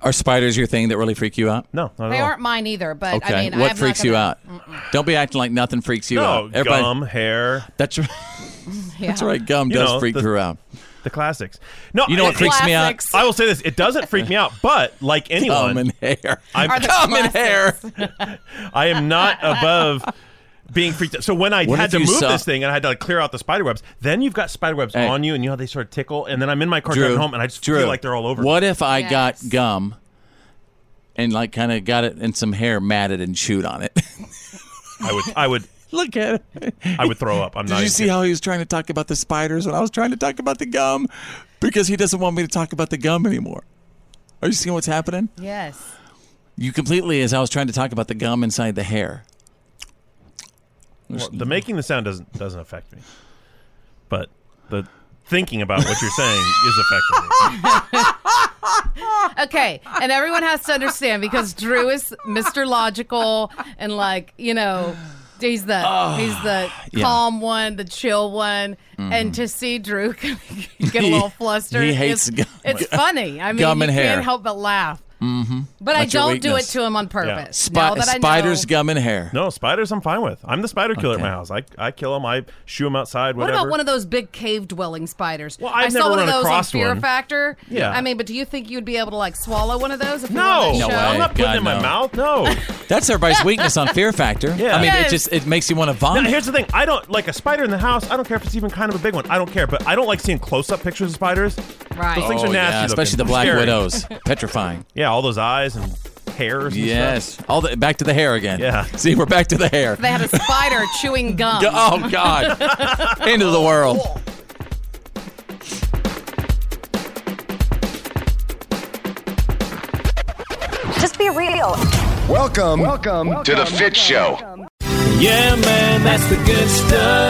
Are spiders your thing that really freak you out?
No, not
They aren't mine either, but
okay,
I mean, I
what
have not
freaks
gonna-
you out? Don't be acting like nothing freaks you
No,
out.
gum, hair.
That's right. That's
*laughs*
right. Gum
You
does
know,
freak
the-
you out.
The classics. No,
You know
I-
what freaks me out?
I will say this: it doesn't freak me out, but like anyone,
and hair.
I'm
Are the Gum and hair.
I am not above being freaked out. So when I
What
had
if
to
you
move
saw-
this thing and I had to like, clear out the spider webs, then you've got spider webs
Hey.
on you, and you know how they sort of tickle, and then I'm in my car
Drew,
driving home, and I just
Drew,
feel like they're all over.
What
me.
if I got gum and like kind of got it in some hair, matted and chewed on it? *laughs*
I would. I would
look at it.
I would throw up. I'm
Did
not.
you
even
see
kidding.
how he was trying to talk about the spiders when I was trying to talk about the gum? Because he doesn't want me to talk about the gum anymore. Are you seeing what's happening?
Yes.
You completely, as I was trying to talk about the gum inside the hair.
Well, the making the sound doesn't doesn't affect me, but the thinking about what you're saying is affecting me.
Okay, and everyone has to understand because Drew is Mr. Logical and like you know, he's the he's
Ah, yeah.
the
Mm-hmm.
calm one, the chill one, and to see *laughs* Drew get a little flustered,
*laughs* He hates
it's,
gum.
it's funny. I mean,
Gum
you
and hair.
can't help but laugh.
Mm-hmm.
But I don't do it to him on purpose. Now that I know-
spiders, gum, and hair.
No, spiders I'm fine with. I'm the spider killer at my house. I, I kill them. I shoo them outside,
What
whatever.
about one of those big cave dwelling spiders? Well,
I've
I saw
never
one of
run
those on
across
Fear
one.
Factor.
Yeah.
I mean, but do you think you'd be able to like swallow one of those? If
No.
you were on that
No
show?
way. I'm not putting it in my mouth, no.
That's everybody's weakness on Fear Factor.
*laughs* Yeah.
I mean,
Yes.
it just it makes you want to
Now,
vomit.
here's the thing. I don't like a spider in the house. I don't care if it's even kind of a big one. I don't care, but I don't like seeing close-up pictures of spiders.
Right.
Those things are
Oh,
nasty.
yeah, especially
looking.
the black
Scary. *laughs*
widows, petrifying.
Yeah, all those eyes and hairs. And
Yes,
Stuff.
all the back to the hair again.
Yeah.
See, we're back to the hair.
*laughs* They had a
*laughs*
spider chewing gum.
Oh God! End of the world.
Just be real.
Welcome, welcome,
to the Fit Show.
Yeah, man, that's the good stuff.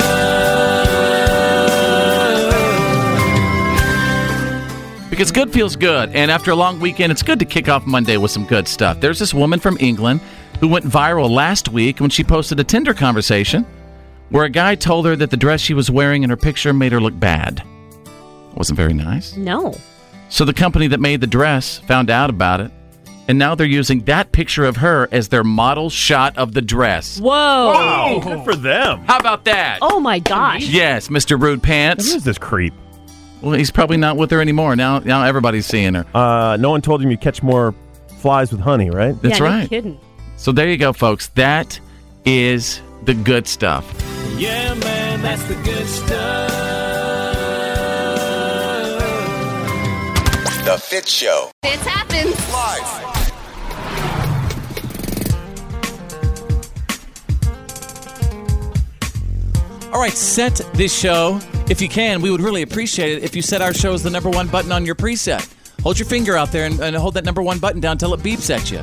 Because good feels good, and after a long weekend, it's good to kick off Monday with some good stuff. There's this woman from England who went viral last week when she posted a Tinder conversation where a guy told her that the dress she was wearing in her picture made her look bad. Wasn't very nice.
No.
So the company that made the dress found out about it, and now they're using that picture of her as their model shot of the dress.
Whoa.
Wow, good for them.
How about that?
Oh my gosh.
Yes, Mr. Rude Pants. Who
is this creep?
Well, he's probably not with her anymore. Now now everybody's seeing her.
Uh, no one told him you catch more flies with honey, right?
That's right. So there you go, folks. That is the good stuff.
Yeah, man, that's the good stuff.
The Fit Show.
Fits happens.
All right, set this show. If you can, we would really appreciate it if you set our show as the number one button on your preset. Hold your finger out there and, and hold that number one button down till it beeps at you.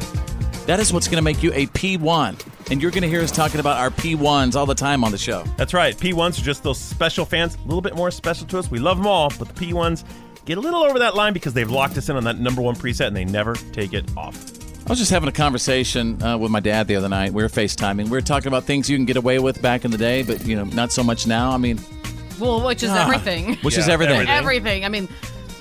That is what's going to make you a P1. And you're going to hear us talking about our P1s all the time on the show.
That's right. P1s are just those special fans, a little bit more special to us. We love them all, but the P1s get a little over that line because they've locked us in on that number one preset and they never take it off.
I was just having a conversation uh, with my dad the other night. We were FaceTiming. We were talking about things you can get away with back in the day, but you know, not so much now. I mean,
Well, which is
Ah,
everything.
which is Yeah, everything. everything.
Everything. I mean,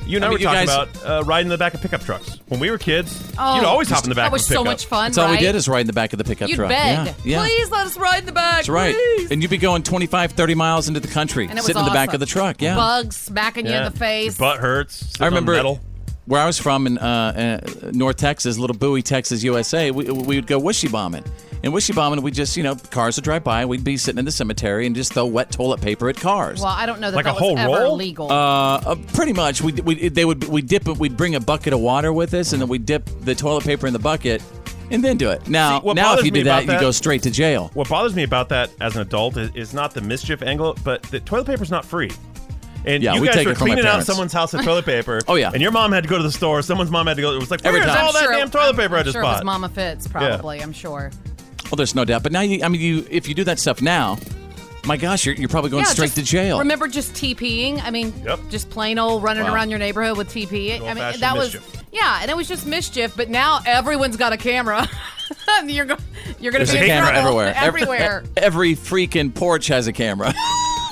You and I,
I mean,
were
you
talking
guys-
about uh, riding in the back of pickup trucks. When we were kids,
Oh,
you'd always hop in the back
that
of a
was so
pickup.
much fun,
that's all we
right?
did is ride in the back of the pickup
You'd
truck.
beg.
Yeah, yeah.
Please let us ride in the back.
That's right.
please."
And you'd be going 25, 30 miles into the country,
And it was
sitting in the back
awesome.
of the truck. Yeah.
Bugs smacking you in the face.
hurts.
I remember
metal.
where I was from in uh, uh, North Texas, Little Bowie, Texas, USA. We, we would go wishy bombing, and wishy bombing, we just you know cars would drive by, we'd be sitting in the cemetery and just throw wet toilet paper at cars.
Well, I don't know that that was ever legal.
Uh, uh, pretty much. We we they would we dip it. We'd bring a bucket of water with us, and then we would dip the toilet paper in the bucket, and then do it. Now,
See, what
now if
bothers
you
me
do that,
about
you
that-
go straight to jail.
What bothers me about that as an adult is, is not the mischief angle, but the toilet paper's not free. And
Yeah,
you
we
guys
take
were
it from my
cleaning out
parents.
someone's house of toilet paper. oh yeah. And your mom had to go to the store. Someone's mom had to go. It was like
Every
where's
time.
all that
Sure,
damn toilet
I'm-
paper
I'm
I just
sure It
bought?
was Mama Fitz, probably. I'm sure.
Well, Oh, there's no doubt. But now, you, I mean, you if you do that stuff now, my gosh, you're, you're probably going
Yeah,
straight
just
to jail.
Remember just TPing? I mean, just plain old running
Wow.
around your neighborhood with TP. I mean,
old-fashioned
that was
mischief.
yeah, and it was just mischief. But now everyone's got a camera. *laughs* And you're go- you're gonna
There's
be
a
in
camera
trouble
everywhere. Every-
*laughs* Everywhere.
e- *laughs* every freaking porch has a camera. *laughs*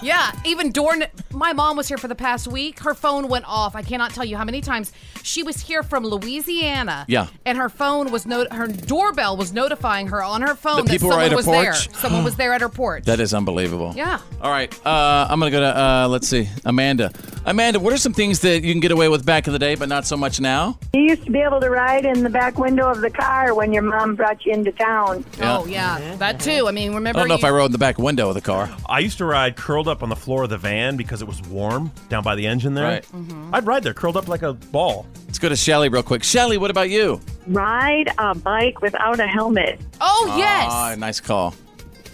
Yeah, even door. kn- My mom was here for the past week. Her phone went off. I cannot tell you how many times she was here from Louisiana.
Yeah.
and her phone was no. Her doorbell was notifying her on her phone
That
that
people were
someone
at her
was there.
porch? *gasps*
Someone was there at her porch.
that is unbelievable.
Yeah.
All right. Uh, I'm gonna go to uh, let's see, Amanda. Amanda, what are some things that you can get away with back in the day, but not so much now?
You used to be able to ride in the back window of the car when your mom brought you into town.
Yeah.
Oh yeah, that too. I mean, remember?
I don't know
you-
if I rode in the back window of the car.
I used to ride curled up on the floor of the van because it was warm down by the engine there. Mm-hmm.
Right.
Mm-hmm.
I'd ride there curled up like a ball.
Let's go to Shelly real quick. Shelly, what about you?
Ride a bike without a helmet.
Oh yes.
Ah, nice call.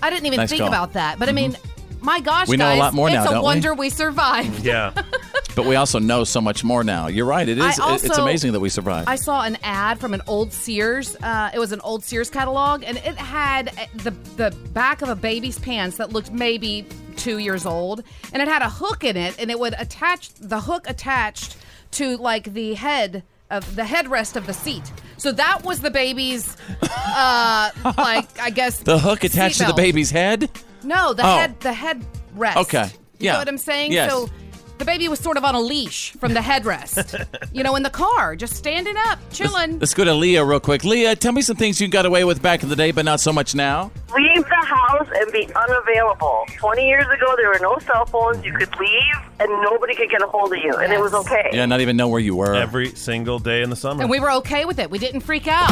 I didn't even
Nice
think
call. Mm-hmm.
about that. But I mean, my gosh,
We know a
guys,
lot more
it's
now,
a
don't we?
wonder
*laughs*
we, survived.
Yeah. *laughs*
but we also know so much more now. You're right. It is.
I also-
it's amazing that we survived.
I saw an ad from an old Sears. Uh, it was an old Sears catalog, and it had uh, the the back of a baby's pants that looked maybe two years old, and it had a hook in it, and it would attach the hook attached to like the head of the headrest of the seat. So that was the
*laughs*
baby's, uh, like I guess
the hook attached to the
seatbelt.
baby's head.
No, the
Oh.
head the head rest.
Okay.
You
Yeah.
know what I'm saying?
Yes.
So The baby was sort of on a leash from the headrest, you know, in the car, just standing up, chilling.
Let's go to Leah real quick. Leah, tell me some things you got away with back in the day, but not so much now.
Leave the house and be unavailable. 20 years ago, there were no cell phones. You could leave and nobody could get a hold of you, and it was okay.
Yeah, not even know where you were.
Every single day in the summer.
And we were okay with it. We didn't freak out.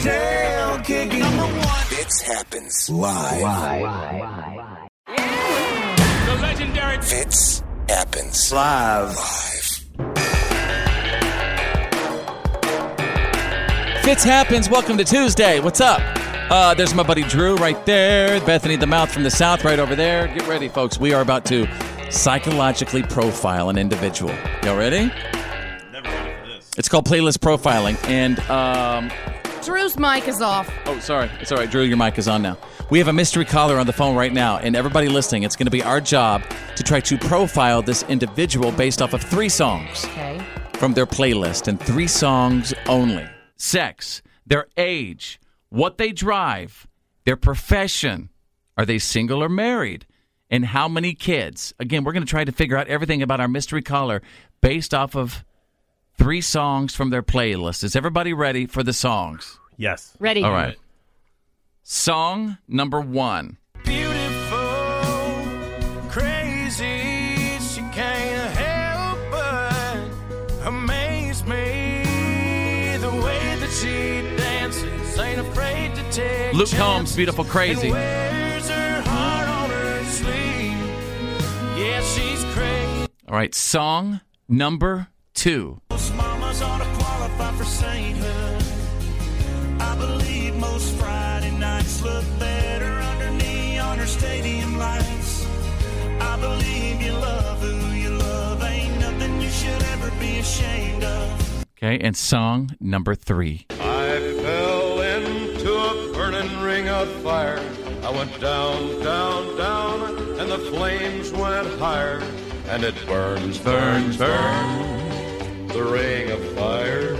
Tail kicking. Fitz happens live.
The legendary
Fitz happens live. Live.
Fitz happens. Welcome to Tuesday. What's up? Uh, there's my buddy Drew right there. Bethany the Mouth from the South right over there. Get ready, folks. We are about to psychologically profile an individual. Y'all ready? It's called playlist profiling, and um,
Drew's mic is off.
Oh, sorry. It's all right, Drew. Your mic is on now. We have a mystery caller on the phone right now, and everybody listening, it's going to be our job to try to profile this individual based off of three songs
Okay.
from their playlist and three songs only sex, their age, what they drive, their profession, are they single or married, and how many kids. Again, we're going to try to figure out everything about our mystery caller based off of three songs from their playlist. Is everybody ready for the songs?
Yes.
Ready.
All right. Song number one.
Crazy, she can't help but amaze me. The way that she dances, ain't afraid to take
Luke
chances.
Combs, Beautiful Crazy.
And wears her heart on her sleeve. Yeah, she's crazy.
All right. Song number two.
Most mamas ought to qualify for sainthood. I believe most Friday nights look better under neon or stadium lights. I believe you love who you love. Ain't nothing you should ever be ashamed of.
Okay. And song number three.
I fell into a burning ring of fire. I went down, down, down, and the flames went higher. And it burns, burns, burns. The ring of fire,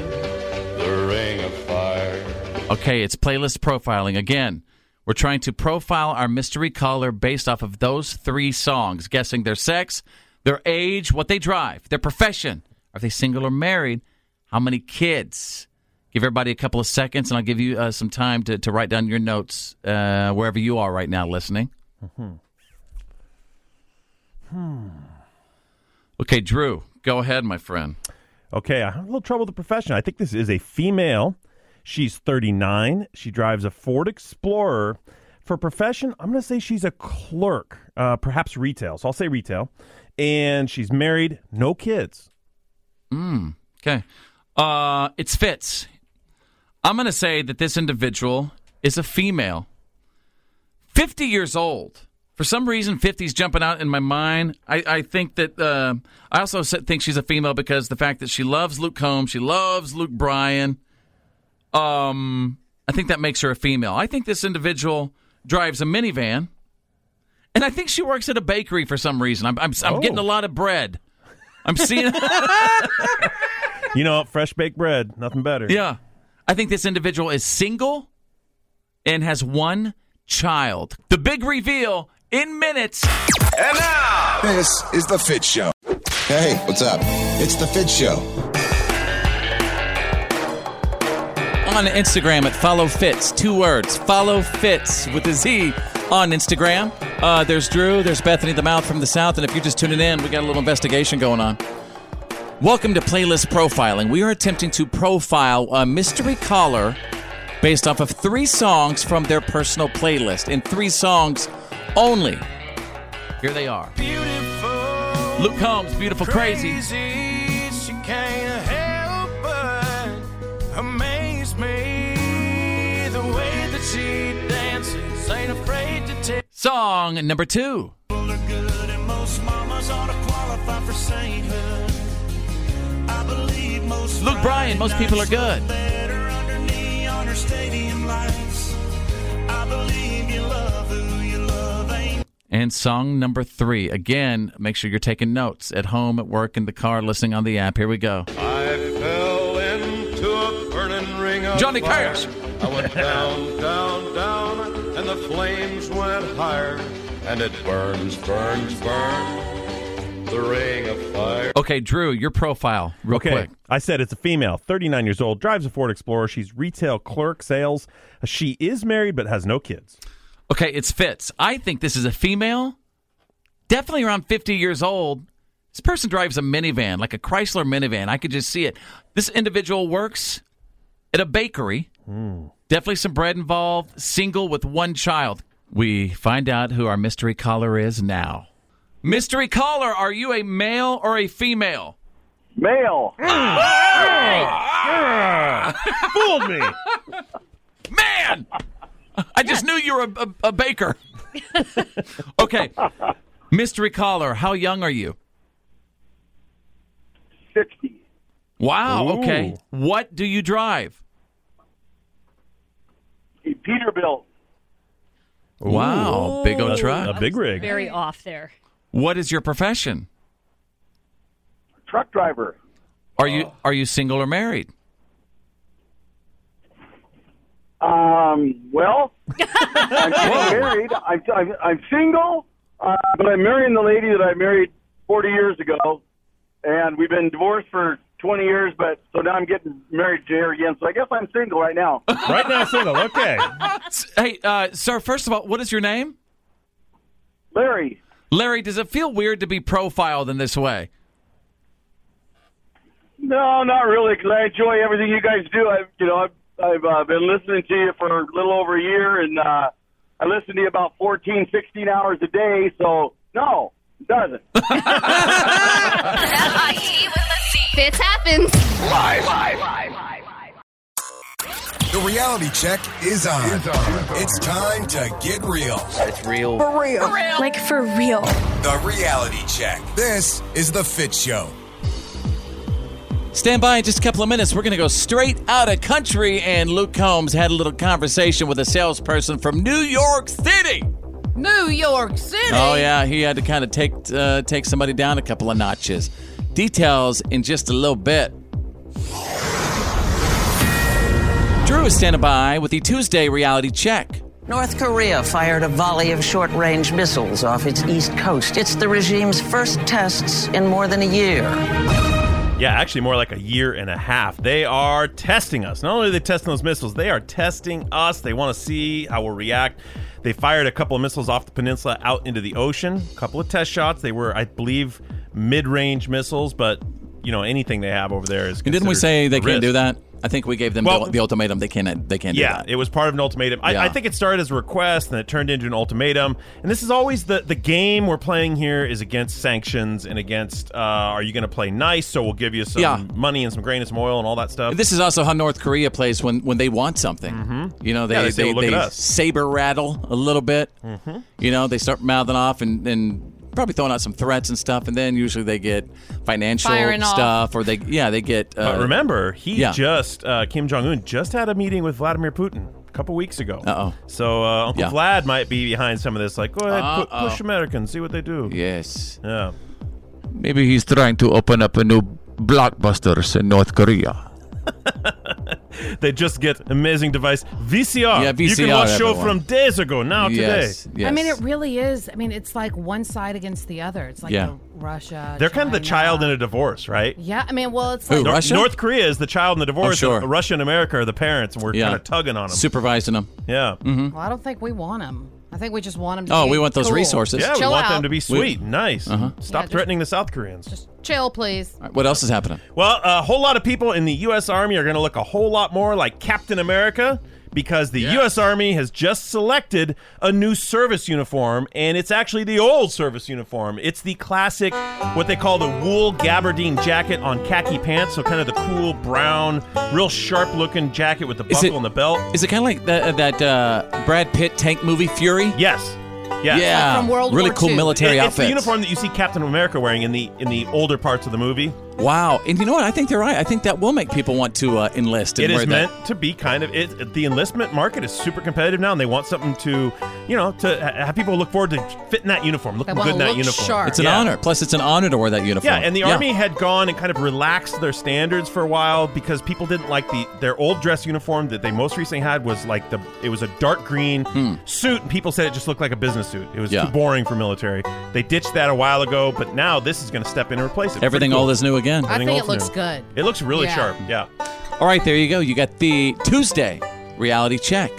the ring of fire.
Okay, it's playlist profiling again. We're trying to profile our mystery caller based off of those three songs, guessing their sex, their age, what they drive, their profession. Are they single or married? How many kids? Give everybody a couple of seconds, and I'll give you uh, some time to, to write down your notes uh, wherever you are right now listening. Okay, Drew, go ahead, my friend.
Okay, I have a little trouble with the profession. I think this is a female. She's 39. She drives a Ford Explorer. For profession, I'm going to say she's a clerk, uh, perhaps retail. So I'll say retail. And she's married, no kids.
Mm, okay. Uh, it's Fitz. I'm going to say that this individual is a female, 50 years old. For some reason, 50's jumping out in my mind. I, I think that uh, I also s- think she's a female because the fact that she loves Luke Combs, she loves Luke Bryan. Um, I think that makes her a female. I think this individual drives a minivan, and I think she works at a bakery for some reason. I'm I'm, I'm getting a lot of bread. I'm seeing.
You know, fresh baked bread, nothing better.
Yeah. I think this individual is single and has one child. The big reveal in minutes.
And now, this is The Fit Show. Hey, what's up? It's The Fit Show.
On Instagram at follow fits, two words, follow fits with a Z on Instagram. Uh, there's Drew, there's Bethany the Mouth from the South, and if you're just tuning in, we got a little investigation going on. Welcome to Playlist Profiling. We are attempting to profile a mystery caller based off of three songs from their personal playlist, and three songs only. Here they are. Luke Combs, Beautiful Crazy.
Crazy, she can't help but amaze me. The way that she dances, ain't afraid to take.
Song number two.
look good, and most mamas ought to qualify for sainthood. I believe most
Luke Bryan, most people are good.
better under neon or stadium lights. I believe you love who you love. Ain't
And song number three. Again, make sure you're taking notes at home, at work, in the car, listening on the app. Here we go.
I fell into a burning ring of
Johnny
fire.
Cash.
I went down, down, down, and the flames went higher. And it burns, burns, burns.
the ring of fire.
Okay, Drew, your profile, real
okay.
quick.
I said it's a female, 39 years old, drives a Ford Explorer. She's retail clerk sales. She is married but has no kids.
Okay, it's Fitz. I think this is a female, definitely around 50 years old. This person drives a minivan, like a Chrysler minivan. I could just see it. This individual works at a bakery. Definitely some bread involved, single with one child. We find out who our mystery caller is now. Mystery caller, are you a male or a female?
Male.
Ah! Fooled me.
Man! I just knew you were a, a, a baker. *laughs* okay. Mystery caller, how young are you?
60.
Wow,
Ooh.
okay. What do you drive?
Peterbilt.
Wow, big old truck.
Very off there.
What is your profession?
Truck driver.
Are you are you single or married?
Um, well,
*laughs*
I'm married. I'm, I'm, I'm single, uh, but I'm marrying the lady that I married 40 years ago, and we've been divorced for 20 years. But so now I'm getting married to her again. So I guess I'm single
*laughs*
right now.
Right now, single. Okay.
hey, uh, sir. First of all, what is your name?
Larry.
Larry, does it feel weird to be profiled in this way?
No, not really, because I enjoy everything you guys do. I've, you know, I've, I've uh, been listening to you for a little over a year, and uh, I listen to you about 14, 16 hours a day. So no,
*laughs*
it doesn't.
Fits happens.
Live. The reality check is on. It's time to get real. It's real.
For real. Like for real.
The reality check. This is the Fit Show.
Stand by in just a couple of minutes. We're going to go straight out of country. And Luke Combs had a little conversation with a salesperson from New York City.
New York City.
Oh, yeah. He had to kind of take, uh, take somebody down a couple of notches. Details in just a little bit. Drew is standing by with the Tuesday reality check.
North Korea fired a volley of short range missiles off its east coast. It's the regime's first tests in more than a year.
Yeah, actually, more like a year and a half. They are testing us. Not only are they testing those missiles, they are testing us. They want to see how we'll react. They fired a couple of missiles off the peninsula out into the ocean. A couple of test shots. They were, I believe, mid-range missiles, but you know anything they have over there is.
And didn't we
considered
say they
a
can't
risk.
do that? I think we gave them
Well-
the, the ultimatum. They can't, they can't do
yeah,
that.
it was part of an ultimatum. I,
Yeah.
I think it started as a request, then it turned into an ultimatum. And this is always the the game we're playing here is against sanctions and against uh, are you going to play nice? So we'll give you some
Yeah.
money and some grain and some oil and all that stuff.
This is also how North Korea plays when, when they want something. You know, they,
Mm-hmm. Yeah, they say,
they,
"Well, look
they
at us."
saber rattle a little bit.
Mhm.
You know, they start mouthing off and, and probably throwing out some threats and stuff. And then usually they get financial
Firing off.
stuff or they, yeah, they get. Uh,
but remember, he
yeah.
just uh, Kim Jong Un just had a meeting with Vladimir Putin a couple weeks ago. Uh oh. So uh, Uncle
Yeah.
Vlad might be behind some of this. Like, go ahead, pu-
Uh-oh.
push Americans, see what they do.
Yes.
Yeah.
Maybe he's trying to open up a new blockbusters in North Korea.
They just get amazing device VCR.
Yeah,
You can
VCR,
watch show
everyone.
from days ago now
Yes,
today.
I mean, it really is. I mean, it's like one side against the other. It's like
Yeah.
the Russia.
They're kind of the child in a divorce, right?
Yeah, I mean, well, it's
Who,
like
Nor- North Korea is the child in the divorce.
Oh, sure.
and Russia and America are the parents, and we're
Yeah. Mm-hmm.
kind of tugging on them.
Supervising them.
Yeah.
Well, I don't think we want them. I think we just want them. To
Oh,
be
we want those
cool.
resources.
Yeah, we
Chill
want
out.
them to be sweet, nice.
Uh-huh.
Yeah,
Stop
just-
threatening the South Koreans.
Chill, please.
What else is happening?
Well, a whole lot of people in the U.S. Army are going to look a whole lot more like Captain America because the U.S. Army has just selected a new service uniform, and it's actually the old service uniform. It's the classic, what they call the wool gabardine jacket on khaki pants, so kind of the cool brown, real sharp looking jacket with the
Is
buckle
it-
and the belt.
Is it kind of like that, that uh, Brad Pitt tank movie Fury?
Yes. Yeah,
Yeah. really cool military
It-
outfit.
It's the uniform that you see Captain America wearing in the in the older parts of the movie.
Wow. And you know what? I think they're right. I think that will make people want to uh, enlist. And
It
wear
is
that.
meant to be kind of it. The enlistment market is super competitive now, and they want something to, you know, to ha- have people look forward to fitting that uniform, looking good in that uniform.
It's an
Yeah.
honor. Plus, it's an honor to wear that uniform.
Yeah, and the army had gone and kind of relaxed their standards for a while because people didn't like the their old dress uniform that they most recently had was like the it was a dark green suit, and people said it just looked like a business suit. It was
Hmm. Yeah.
too boring for military. They ditched that a while ago, but now this is going to step in and replace it.
Everything
Pretty
old is new again.
I
Everything
think it
old's
looks
new.
good.
It looks really
Yeah.
sharp. Yeah.
All right, there you go. You got the Tuesday reality check.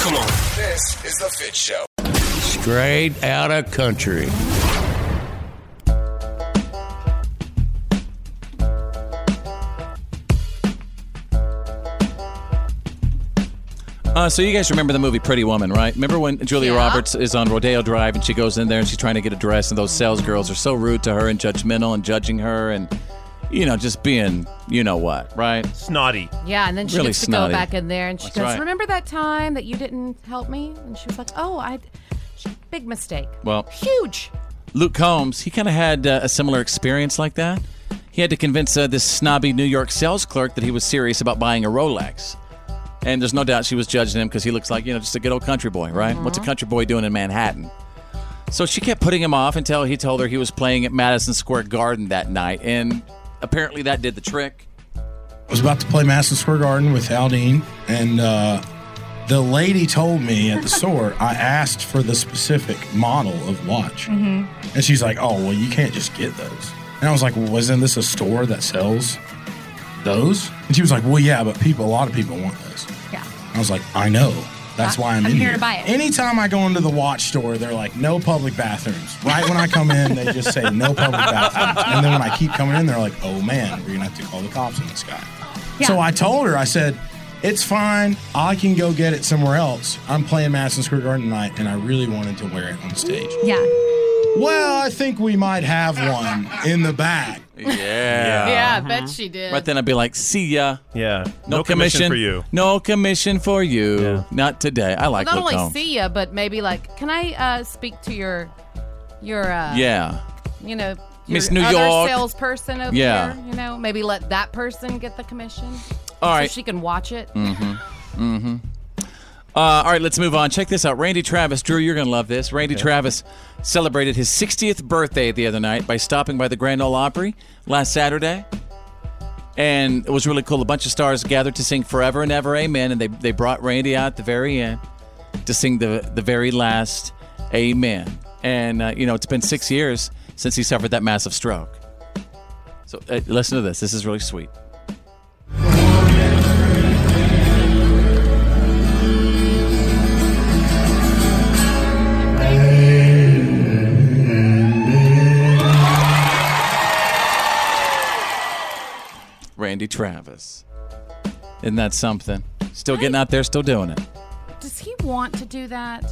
Come on. This is the Fit Show.
Straight out of country.
Uh, so you guys remember the movie Pretty Woman, right? Remember when Julia Roberts is on Rodeo Drive and she goes in there and she's trying to get a dress, and those sales girls are so rude to her and judgmental and judging her and, you know, just being, you know what, right?
Snotty.
Yeah, and then she
Really
gets to
snotty.
go back in there and she
That's
goes,
right.
"Remember that time that you didn't help me?" And she was like, "Oh, I, she- big mistake,
Well,
huge."
Luke Combs, he kind of had uh, a similar experience like that. He had to convince uh, this snobby New York sales clerk that he was serious about buying a Rolex. And there's no doubt she was judging him because he looks like, you know, just a good old country boy, right?
Uh-huh.
What's a country boy doing in Manhattan? So she kept putting him off until he told her he was playing at Madison Square Garden that night. And apparently that did the trick.
*laughs*
I was about to play Madison Square Garden with Aldine, and uh, the lady told
*laughs*
me at the store, I asked for the specific model of watch.
Mm-hmm.
And she's like, oh, well, you can't just get those. And I was like, well, wasn't this a store that sells those? And she was like, well, yeah, but people, a lot of people want those.
Yeah.
I was like, I know. That's why I'm,
I'm
in
here to buy it.
Anytime I go into the watch store, they're like, no public bathrooms. Right when I come in, they just say no public bathrooms. And then when I keep coming in, they're like, oh man, we're going to have to call the cops on this guy. So I told her, I said, it's fine. I can go get it somewhere else. I'm playing Madison Square Garden tonight, and I really wanted to wear it on stage.
Yeah.
Well, I think we might have one in the back.
Yeah.
Yeah, I bet she did.
uh-huh. Right then I'd be like, see ya.
Yeah.
No,
No commission for you.
No commission for you. Not today. I like
Well, not
Luke
only
Combs.
see you, but maybe like, can I uh, speak to your, your, uh,
yeah.
you know, your
Miss New
other
York.
salesperson over
Yeah.
here? You know, maybe let that person get the commission. so
All right.
she can watch it.
Mm-hmm. Mm-hmm. Uh, all right, let's move on. Check this out. Randy Travis, Drew, you're gonna love this. Randy Travis celebrated his 60th birthday the other night by stopping by the Grand Ole Opry last Saturday, and it was really cool. A bunch of stars gathered to sing "Forever and Ever, Amen," and they they brought Randy out at the very end to sing the the very last "Amen." And uh, you know, it's been six years since he suffered that massive stroke. So uh, listen to this. This is really sweet. Randy Travis. Isn't that something? Still getting out there, still doing it.
Does he want to do that?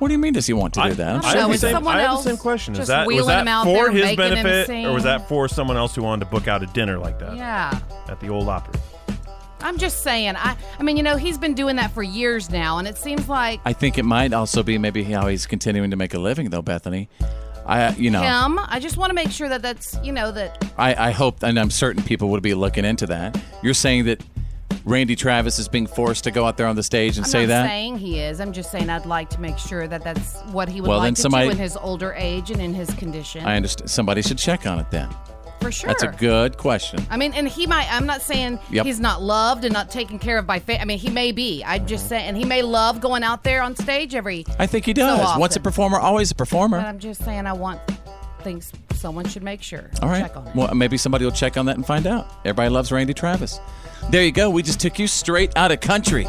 What do you mean does he want to do that?
I don't know, is someone
I have
else
the same question. Is
just
that was
wheeling
that
him out
for
there,
his
making him
benefit, or was
sing?
that for someone else who wanted to book out a dinner like
Uh,
that
Yeah.
at the old Opry?
I'm just saying. I I mean, you know, he's been doing that for years now, and it seems like
I think it might also be maybe how he's continuing to make a living though, Bethany. I you know
him. I just want to make sure that that's you know that
I, I hope and I'm certain people would be looking into that. You're saying that Randy Travis is being forced to go out there on the stage and
I'm
say
not
that?
saying he is. I'm just saying I'd like to make sure that that's what he would
Well, then
like to
somebody-
do in his older age and in his condition.
I understand somebody should check on it then.
for sure.
That's a good question.
I mean, and he might. I'm not saying
Yep.
he's not loved and not taken care of by. Fa- I mean, he may be. I'm just saying, and he may love going out there on stage every.
I think he does.
So
Once a
often.
performer, always a performer.
But I'm just saying, I want things someone should make sure.
All right.
Check on it.
Well, maybe somebody will check on that and find out. Everybody loves Randy Travis. There you go. We just took you straight out of country.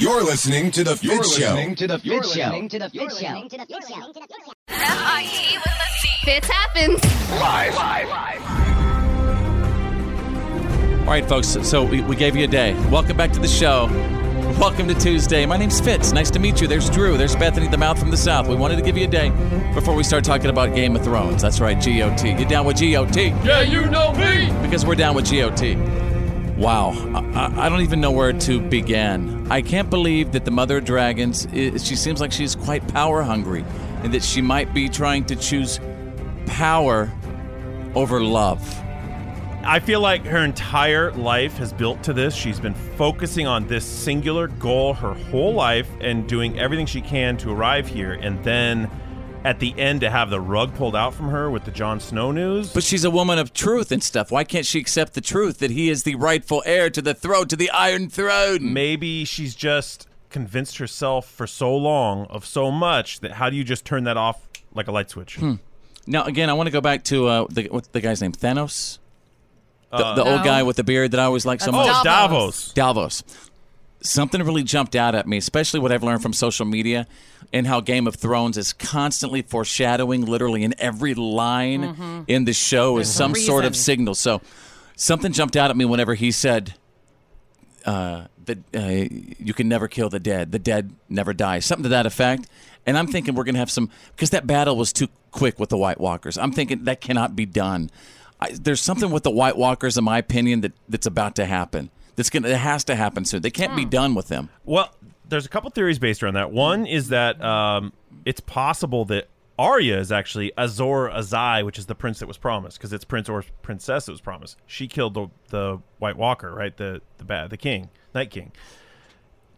You're listening to the Fit
You're
Show.
listening to The
You're
Fit Show.
listening
to the Fit Show.
F-I-T with a C. Fits happens.
Live.
All right, folks. So we, we gave you a day. Welcome back to the show. Welcome to Tuesday. My name's Fitz. Nice to meet you. There's Drew. There's Bethany, the mouth from the south. We wanted to give you a day before we start talking about Game of Thrones. That's right, GOT. Get down with GOT.
Yeah, you know me.
Because we're down with GOT. Wow, I, I- I don't even know where to begin. I can't believe that the Mother of Dragons, is, she seems like she's quite power hungry and that she might be trying to choose power over love.
I feel like her entire life has built to this. She's been focusing on this singular goal her whole life and doing everything she can to arrive here. And then at the end, to have the rug pulled out from her with the Jon Snow news.
But she's a woman of truth and stuff. Why can't she accept the truth that he is the rightful heir to the throne, to the Iron Throne?
Maybe she's just convinced herself for so long of so much that how do you just turn that off like a light switch?
Hmm. Now, again, I want to go back to uh, the, what's the guy's name? Thanos? The,
Uh,
the old
No.
guy with the beard that I always like so
That's
much.
Oh, Davos.
Davos. Something really jumped out at me, especially what I've learned from social media and how Game of Thrones is constantly foreshadowing, literally in every line
Mhm.
in the show, is
There's a
some sort of
reason.
signal. So something jumped out at me whenever he said, uh, the, uh, you can never kill the dead. The dead never die. Something to that effect. And I'm thinking we're going to have some, because that battle was too quick with the White Walkers. I'm thinking that cannot be done. I, there's something with the White Walkers, in my opinion, that, that's about to happen. That's gonna, it has to happen soon. They can't be
Hmm.
done with them.
Well, there's a couple theories based around that. One is that um, it's possible that Arya is actually Azor Azai, which is the prince that was promised, because it's prince or princess that was promised. She killed the, the White Walker, right? The the bad, the king, Night King.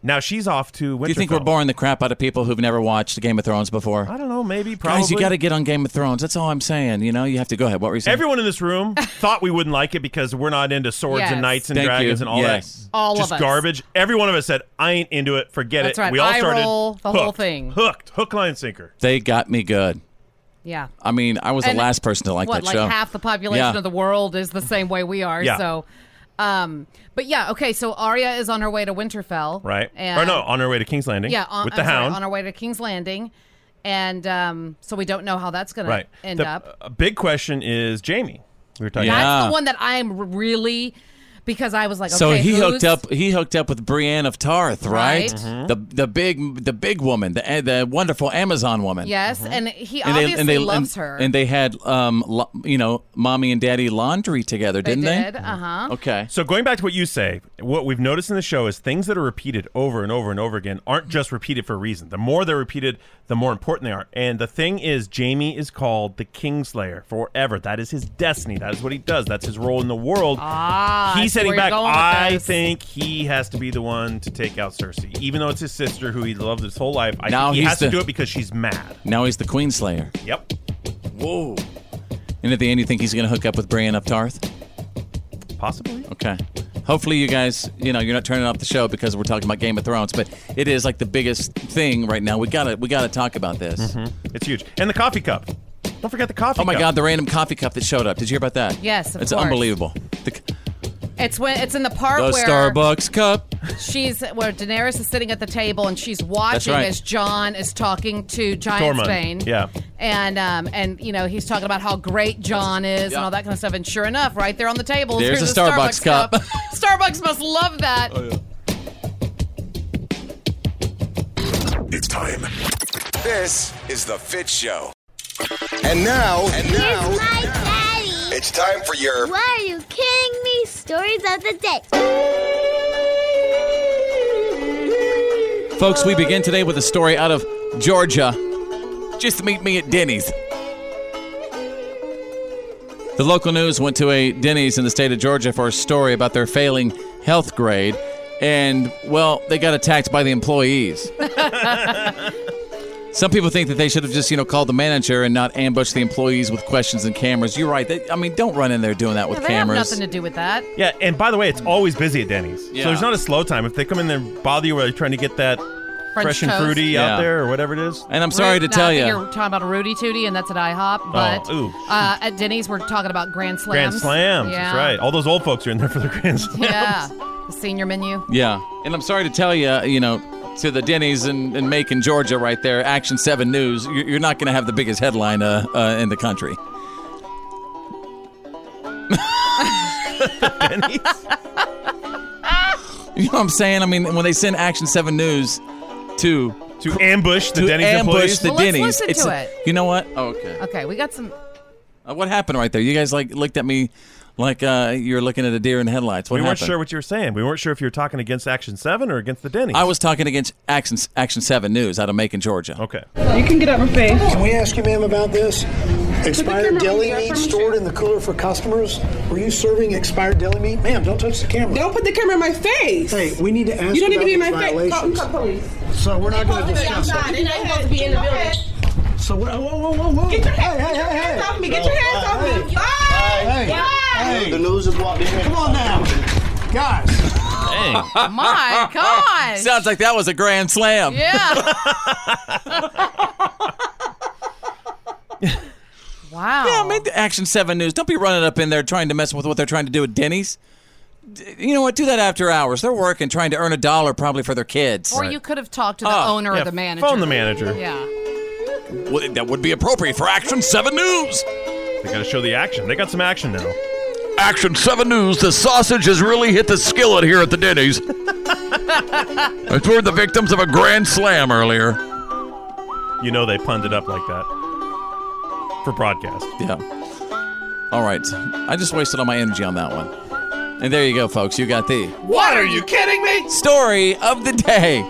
Now she's off to Winterfell.
Do you think we're boring the crap out of people who've never watched Game of Thrones before?
I don't know. Maybe probably.
Guys, you got to get on Game of Thrones. That's all I'm saying. You know, you have to go ahead. What were you saying?
Everyone in
*laughs*
this room thought we wouldn't like it because we're not into swords
Yes.
and knights and
Thank you.
dragons and all
Yes.
that.
All of
just
us.
garbage. Every one of us said, "I ain't into it. Forget
That's
it."
right.
We all
Eye
started
roll, the whole
hooked,
thing.
Hooked, hook, line, sinker.
they got me good.
Yeah.
I mean, I was
And
the last person to like
what,
that
like
show.
half the population
Yeah.
of the world is the same way we are.
Yeah.
So, um, but yeah, okay. So Arya is on her way to Winterfell,
Right.
And,
or no, on her way to King's Landing.
Yeah, on,
with
I'm
the
sorry,
Hound.
on her way to King's Landing, and um, so we don't know how that's going
right.
to end
the
up.
uh, big question is Jamie. We were talking.
That's the one that I'm r- really because I was like,
So
okay,
he
who's-
hooked up. He hooked up with Brienne of Tarth, right?
Right. Mhm.
The the big the big woman, the the wonderful Amazon woman.
Yes, and he obviously loves
and-
her.
And they had um lo- you know mommy and daddy laundry together, didn't they?
did. Uh huh.
Okay.
So going back to what you say, what we've noticed in the show is things that are repeated over and over and over again aren't just repeated for a reason. The more they're repeated, the more important they are. And the thing is, Jamie is called the Kingslayer forever. That is his destiny. That is what he does. That's his role in the world.
Ah, I
he's
see
heading
where you're
back.
going with
I
this.
think he has to be the one to take out Cersei, even though it's his sister who he loved his whole life. I
Now
think he
he's
has
the-
to do it because she's mad.
Now he's the Queen Slayer.
Yep.
Whoa. And at the end, you think he's going to hook up with Brienne of Tarth?
Possibly.
Okay. Hopefully, you guys, you know, you're not turning off the show because we're talking about Game of Thrones, but it is like the biggest thing right now. We gotta, we gotta talk about this.
It's huge. And the coffee cup. Don't forget the coffee.
Oh my
cup.
God, the random coffee cup that showed up. Did you hear about that?
Yes, of
it's
course.
unbelievable. The, the
It's when it's in the part where
Starbucks cup.
she's where Daenerys is sitting at the table and she's watching
right.
as John is talking to Giant
Tormund.
Spain.
Yeah.
And um and you know he's talking about how great John is and all that kind of stuff. And sure enough, right there on the table, is-
There's
here's
a Starbucks cup.
*laughs* Starbucks must love that.
Oh,
It's time. This is the Fit Show. And now, and now,
My daddy.
it's time for your
Why are you kidding me? Stories of the day.
Folks, we begin today with a story out of Georgia. Just meet me at Denny's. The local news went to a Denny's in the state of Georgia for a story about their failing health grade, and, well, they got attacked by
*laughs*
the employees. Some people think that they should have just, you know, called the manager and not ambushed the employees with questions and cameras. You're right. They, I mean, don't run in there doing that with
they
cameras.
have nothing to do with that.
Yeah, and by the way, it's always busy at Denny's.
Yeah.
So there's not a slow time. If they come in there and bother you while you're trying to get that fresh, and
toast.
fruity
Yeah.
out there or whatever it is.
And I'm sorry to
Now, I
tell
think
you.
you're talking about a Rudy Tooty, and that's at IHOP. But
oh, ooh.
uh, at Denny's, we're talking about Grand Slams.
Grand Slams.
Yeah.
That's right. All those old folks are in there for their
*laughs*
Grand Slams.
Yeah, the senior menu.
Yeah, and I'm sorry to tell you, you know, to the Denny's in, in Macon, Georgia, right there, Action 7 News, you're, you're not going to have the biggest headline uh, uh, in the country. *laughs* You know what I'm saying? I mean, when they send Action 7 News to
to ambush the Denny's
ambush
employees?
the
Well, let's
Denny's,
listen to it.
You know what? Oh, okay.
Okay, we got some.
Uh, what happened right there? You guys like looked at me Like uh, you're looking at a deer in headlights. What
we weren't
happened?
sure what you were saying. We weren't sure if you were talking against Action Seven or against the Denny.
I was talking against Action, Action 7 News out of Macon, Georgia. *laughs*
Okay.
You can get out of my face.
Can we ask you, ma'am, about this?
Look
Expired
at the
deli
number
meat
from-
stored in the cooler for customers? Were you serving expired deli meat? Ma'am, don't touch the camera.
Don't put the camera in my face.
Hey, we need to ask
You don't need
about
to be in
these
my face. Call,
violations.
call police.
So we're not going to
Police
discuss
outside. You're
that.
not supposed to be in the building.
So what? Whoa, whoa, whoa, whoa!
Get your
hey,
hands-
hey,
get your
hey,
hands
hey.
off me. Get your hands off me.
Hey,
Bye.
Hey,
Bye.
hey. The news has walked in. Come on now, guys.
Dang.
My gosh.
Sounds like that was a grand slam.
Yeah. *laughs* wow.
Yeah, make the Action 7 News. Don't be running up in there trying to mess with what they're trying to do at Denny's. D- You know what? Do that after hours. They're working, trying to earn a dollar probably for their kids.
Or you could have talked to the
Oh,
owner
yeah,
or the manager.
phone the manager.
Yeah.
Well, that would be appropriate for Action 7 News.
They got to show the action. They got some action now.
Action 7 News, the sausage has really hit the skillet here at the
*laughs*
Denny's. it's were the victims of a grand slam earlier.
You know they punned it up like that for broadcast.
Yeah. All right. I just wasted all my energy on that one. And there you go, folks. You got the
What are you kidding me?
story of the day.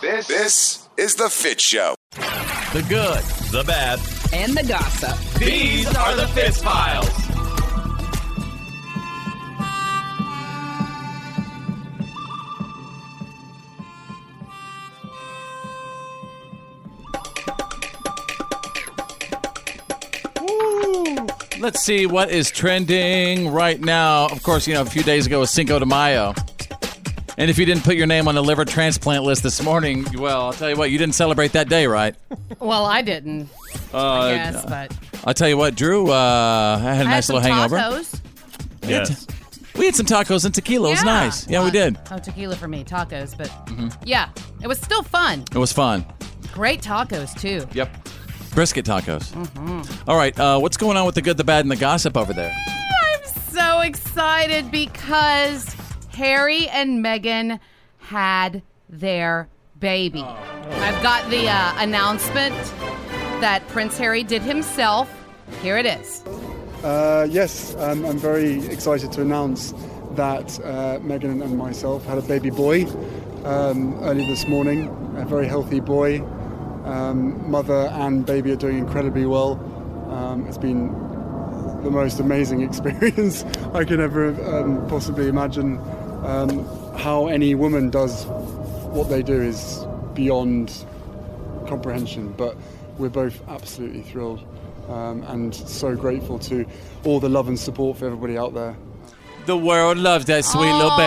This is the Fit Show.
The good,
the bad.
And the gossip.
These are the Fitz Files.
Let's see what is trending right now. Of course, you know, a few days ago was Cinco de Mayo. And if you didn't put your name on the liver transplant list this morning, well, I'll tell you what, you didn't celebrate that day, right?
Well, I didn't.
Uh,
I guess, but
I'll tell you what, Drew, uh, I had a
I had
nice
some
little hangover.
Tacos.
We had t- We had some tacos and tequila. It was
Yeah.
nice. Yeah, we did.
Oh, tequila for me, tacos, but
Mhm.
yeah, it was still fun.
It was fun.
Great tacos too.
Yep. Brisket tacos.
hmm
All right, uh, what's going on with the good, the bad, and the gossip over there?
I'm so excited because Harry and Meghan had their baby. I've got the uh, announcement that Prince Harry did himself. Here it is.
Uh, yes, um, I'm very excited to announce that uh, Megan and myself had a baby boy um, early this morning. A very healthy boy. Um, mother and baby are doing incredibly well. Um, it's been the most amazing *laughs* experience I can ever um, possibly imagine. Um, how any woman does what they do is beyond comprehension, but we're both absolutely thrilled um, and so grateful to all the love and support for everybody out there.
The world loves that sweet little
Aw,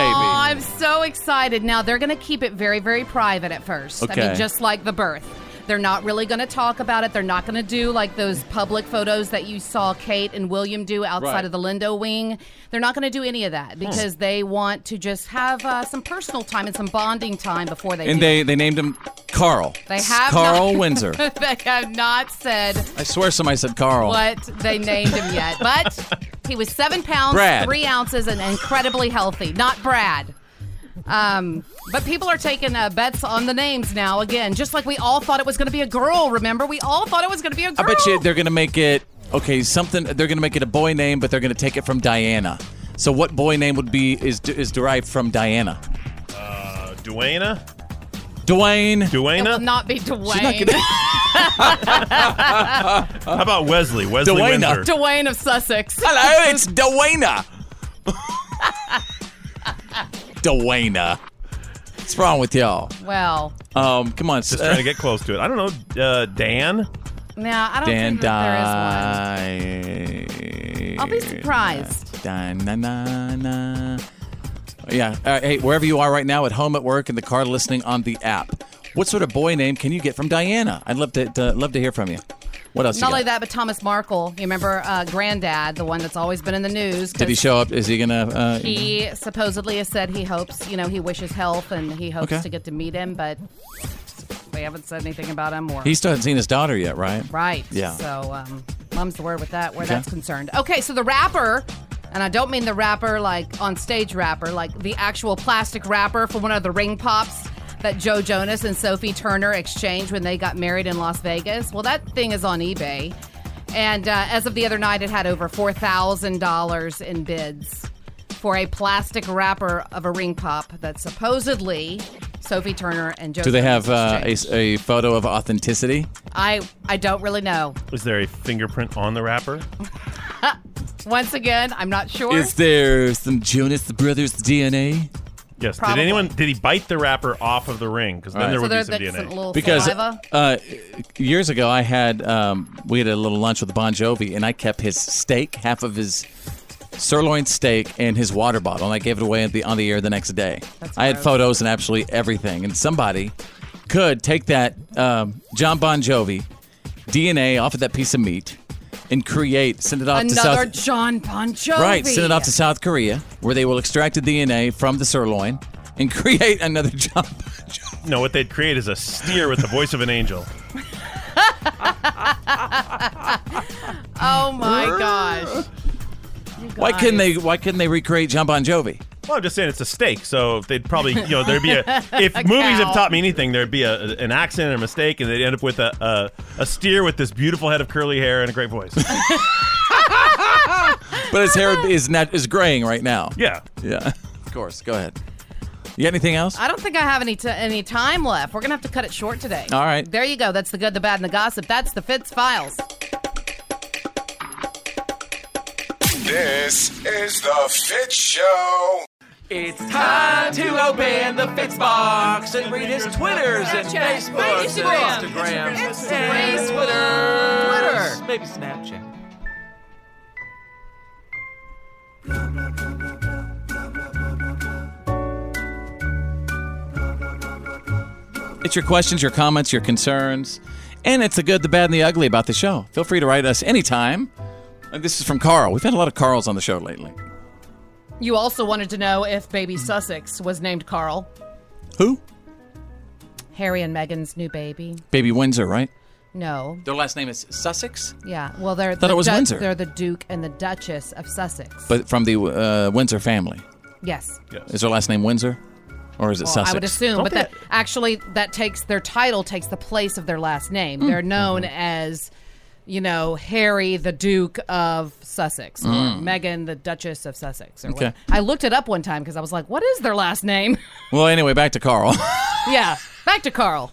I'm
baby.
so excited. Now, they're going to keep it very, very private at first. I
Okay.
mean, just like the birth. They're not really going to talk about it. They're not going to do like those public photos that you saw Kate and William do outside
Right.
of the Lindo wing. They're not going to do any of
Hmm.
that because they want to just have uh, some personal time and some bonding time before they
And
do.
they, they named him Carl.
They
S-
have
Carl
not- *laughs*
Windsor.
they have not said
I swear somebody said Carl.
what they named him yet, but he was seven pounds,
Brad.
three ounces, and incredibly healthy. Not Brad. Um, but people are taking uh, bets on the names now again, just like we all thought it was going to be a girl. Remember, we all thought it was going to be a
I
girl.
bet you they're going to make it, okay, something, they're going to make it a boy name, but they're going to take it from Diana. So what boy name would be, is, is derived from Diana?
Uh, Duana.
Dwayne.
It will
Duana.
not be Dwayne.
*laughs*
How about Wesley? Wesley
Dwayna.
*laughs*
Windsor.
Dwayne of Sussex.
Hello, it's Dwayna. *laughs* Dwayna. What's wrong with y'all?
Well,
Um, come on.
Just trying to get close to it. I don't know. Uh, Dan.
now I don't
Dan
think that
Di-
I'll be surprised.
Di- na, na, na. Yeah. All right, hey, wherever you are right now, at home, at work, in the car, listening on the app, what sort of boy name can you get from Diana? I'd love to, to love to hear from you. What
there is one. Not
else? you got?
only that, but Thomas Markle. You remember uh, Granddad, the one that's always been in the news. 'cause
Did he show up? Is he gonna? Uh,
He supposedly has said he hopes, you know, he wishes health and he hopes
Okay.
to get to meet him, but they haven't said anything about him or.
he still hasn't seen his daughter yet, right?
right.
Yeah.
So, um, mum's the word with that, where
Okay.
that's concerned. Okay, so the rapper, and I don't mean the rapper like on stage rapper, like the actual plastic rapper from one of the ring pops. that Joe Jonas and Sophie Turner exchanged when they got married in Las Vegas. Well, that thing is on eBay. And uh, as of the other night, it had over $4,000 in bids for a plastic wrapper of a ring pop that supposedly Sophie Turner and Joe
Do they
Jonas
have uh, a, a photo of authenticity?
I I don't really know.
Is there a fingerprint on the wrapper?
Once again, I'm not sure.
Is there some Jonas Brothers DNA?
Yes.
Probably.
Did anyone? Did he bite the wrapper off of the ring? Because then
Right.
there
So
would
there-
be
that's
some
a little
DNA.
because
saliva?
uh, years ago I had um, we had a little lunch with Bon Jovi, and I kept his steak, half of his sirloin steak, and his water bottle, and I gave it away at the, on the air the next day. I had photos and absolutely everything, and somebody could take that um, John Bon Jovi DNA off of that piece of meat and create, send it off to South
Another John Bon Jovi.
Right, send it off to South Korea, where they will extract the DNA from the sirloin and *laughs* create another John.
*laughs*
No, what they'd create is a steer with the voice of an angel.
Oh my gosh.
Why couldn't they? Why couldn't they recreate John Bon Jovi?
Well, I'm just saying it's a steak, so they'd probably, you know, there'd be
*laughs*
a. If
A
movies
cow.
have taught me anything, there'd be a, an accident or mistake, and they'd end up with a, a a steer with this beautiful head of curly hair and a great voice.
But his
*laughs*
hair is not is graying right now.
Yeah,
yeah. Of course. Go ahead. You got anything else?
I don't think I have any t- any time left. We're gonna have to cut it short today.
All right.
There you go. That's the good, the bad, and the gossip. That's the Fitz files.
This is the Fit Show.
It's time to open the Fitz box and read his Twitters and
Snapchat,
Facebooks
Instagram,
and Instagrams,
Instagram,
and
Twitter.
Twitter, maybe Snapchat.
It's your questions, your comments, your concerns, and it's the good, the bad, and the ugly about the show. Feel free to write us anytime. Uh, This is from Carl. We've had a lot of Carls on the show lately.
You also wanted to know if baby Sussex was named Carl.
Who?
Harry and Meghan's new baby.
Baby Windsor, right?
No.
Their last name is Sussex,
Yeah. Well, they're
Thought
the
it was
du-
Windsor.
They're the Duke and the Duchess of Sussex.
but from the uh, Windsor family.
Yes.
Is their last name Windsor, or is it
Well,
Sussex?
Oh, I would assume, but that actually that takes their title takes the place of their last name.
Mm.
They're known as, you know, Harry the Duke of Sussex or
Mm.
Meghan the Duchess of Sussex. Or
Okay.
what- I looked it up one time because I was like, what is their last name? *laughs*
Well, anyway, back to Carl. *laughs*
yeah, back to Carl.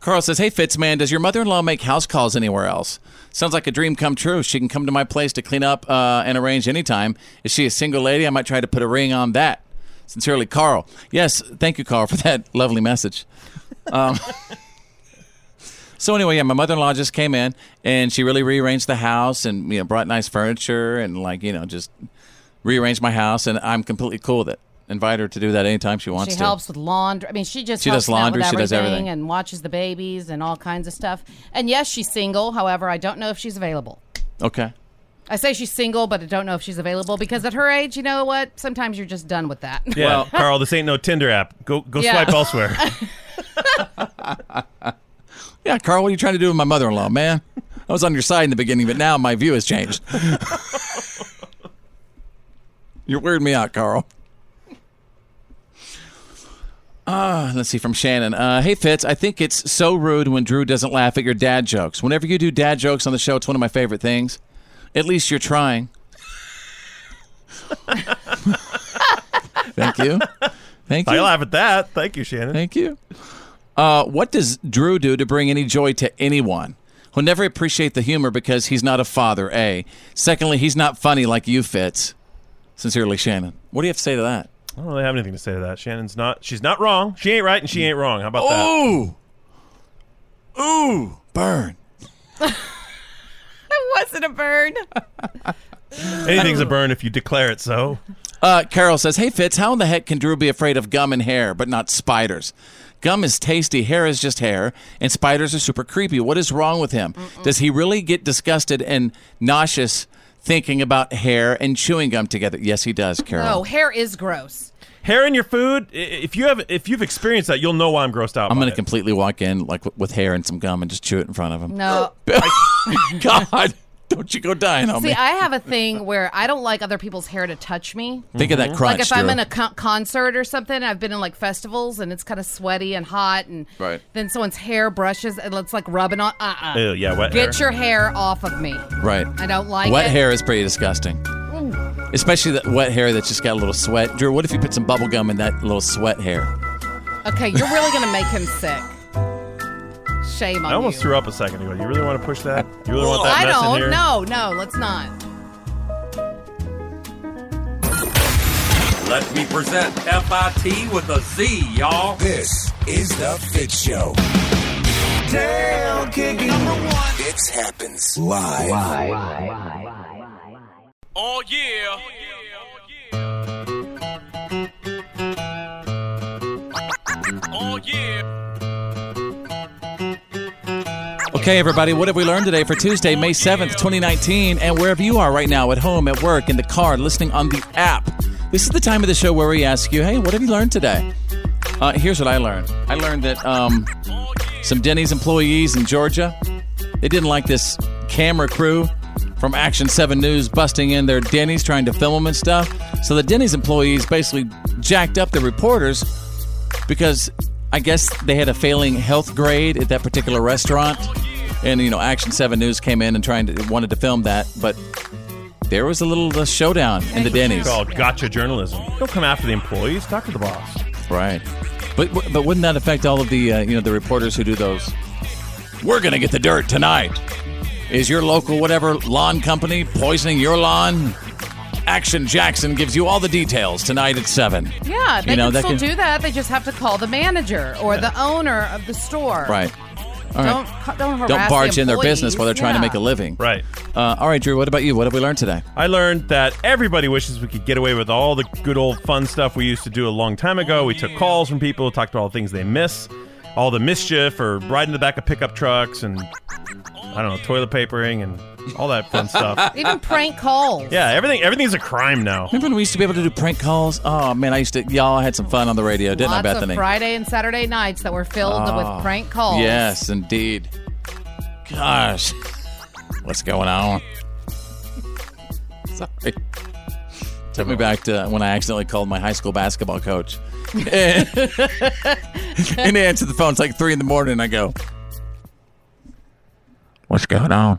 Carl says, Hey, Fitzman, does your mother in law make house calls anywhere else? Sounds like a dream come true. She can come to my place to clean up uh, and arrange anytime. Is she a single lady? I might try to put a ring on that. Sincerely, Carl. Yes, thank you, Carl, *laughs* for that lovely message. Um, *laughs* so, anyway, yeah, my mother in law just came in and she really rearranged the house and, you know, brought nice furniture and, like, you know, just rearranged my house. And I'm completely cool with it. Invite her to do that anytime she wants
she
to.
helps with laundry. I mean, she just
She
helps
does
him out
laundry,
With
she does everything.
and watches the babies and all kinds of stuff. And yes, she's single. However, I don't know if she's available.
Okay.
I say she's single, but I don't know if she's available because at her age, you know what? Sometimes you're just done with that. *laughs*
Yeah, Carl, this ain't no Tinder app. Go go
Yeah.
swipe
*laughs*
elsewhere.
Yeah, Carl, what are you trying to do with my mother in law, man? I was on your side in the beginning, but now my view has changed. *laughs* You're weirding me out, Carl. Ah, let's see from Shannon. Uh, hey, Fitz, I think it's so rude when Drew doesn't laugh at your dad jokes. Whenever you do dad jokes on the show, it's one of my favorite things. At least you're
*laughs*
trying. Thank you. Thank you.
I laugh at that. Thank you, Shannon.
Thank you. Uh, what does Drew do to bring any joy to anyone? He'll never appreciate the humor because he's not a father, A. Secondly, he's not funny like you, Fitz. Sincerely, Shannon. What do you have to say to that?
I don't really have anything to say to that. Shannon's not. She's not wrong. She ain't right, and she ain't wrong. How about
Ooh. Ooh. Burn.
It wasn't a bird. Oh.
that? Anything's a burn if you declare it so.
Uh, Carol says, Hey, Fitz, how in the heck can Drew be afraid of gum and hair, but not spiders? Gum is tasty, hair is just hair, and spiders are super creepy. What is wrong with him? Does he really get disgusted and nauseous thinking about hair and chewing gum together? Yes, he does, Carol.
No, Oh, hair is gross.
Hair in your food. i- If you have, if you've experienced that, you'll know why I'm grossed out.
I'm
by
gonna
*gasps*
it.
completely walk in like with hair and some gum and just chew it in front of him.
No.
*laughs* God, Don't you go dying on
See,
me.
I have a thing where I don't like other people's hair to touch me.
Mm. Think of that crotch,
Mm-hmm. Like if I'm
girl.
in a con- concert or something, I've been in like festivals and it's kind of sweaty and hot, and
Right.
then someone's hair brushes and it's like rubbing on. Uh uh
Ew, yeah, wet
Get
hair.
your hair off of me.
Right.
I don't like
wet
it. Mm.
hair is pretty disgusting. Especially that wet hair that's just got a little sweat. Drew, what if you put some bubble gum in that little sweat hair?
Okay, you're really gonna make him sick. Shame on
I almost
you.
threw up a second ago. You really want to push that? You really want
Oh,
that
I
mess in
don't.
here?
No, no, let's not.
Let me present FIT with a Z, y'all.
This is the Fit Show. Tail kicking. Number one. It happens live.
Oh yeah. Oh yeah.
Okay, everybody, what have we learned today for Tuesday, May 7th, 2019? And wherever you are right now, at home, at work, in the car, listening on the app, this is the time of the show where we ask you, hey, what have you learned today? Uh, here's what I learned I learned that um, some Denny's employees in Georgia, they didn't like this camera crew from Action 7 News busting in their Denny's trying to film them and stuff. So the Denny's employees basically jacked up the reporters because I guess they had a failing health grade at that particular restaurant, and you know, Action Seven News came in and trying to wanted to film that, but there was a little uh, showdown in the Denny's.
It's called gotcha journalism. Don't come after the employees. Talk to the boss.
Right, but but wouldn't that affect all of the uh, you know the reporters who do those? We're gonna get the dirt tonight. Is your local whatever lawn company poisoning your lawn? Action Jackson gives you all the details tonight at seven.
Yeah, they
You know,
can
that
still
can-
do that. They just have to call the manager or the owner of the store.
Right. All right.
Don't cu- don't harass
Don't
the
barge in their business
employees.
while they're trying to
Yeah.
make a living.
Right.
Uh, all right, Drew. What about you? What have we learned today?
I learned that everybody wishes we could get away with all the good old fun stuff we used to do a long time ago. We took calls from people, talked about all the things they miss, all the mischief, or riding the back of pickup trucks, and I don't know, toilet papering, and all that
*laughs*
fun stuff.
Even prank calls.
yeah, everything everything's a crime now.
Remember when we used to be able to do prank calls? Oh man, I used to. Y'all I had some fun on the radio, didn't
Lots
I, Bethany?
of Friday and Saturday nights that were filled
Oh,
with prank calls.
Yes, indeed. Gosh, what's going on? *laughs* Sorry. Took me back to when I accidentally called my high school basketball coach. *laughs* and he answered the phone. It's like three in the morning. And I go, What's going on?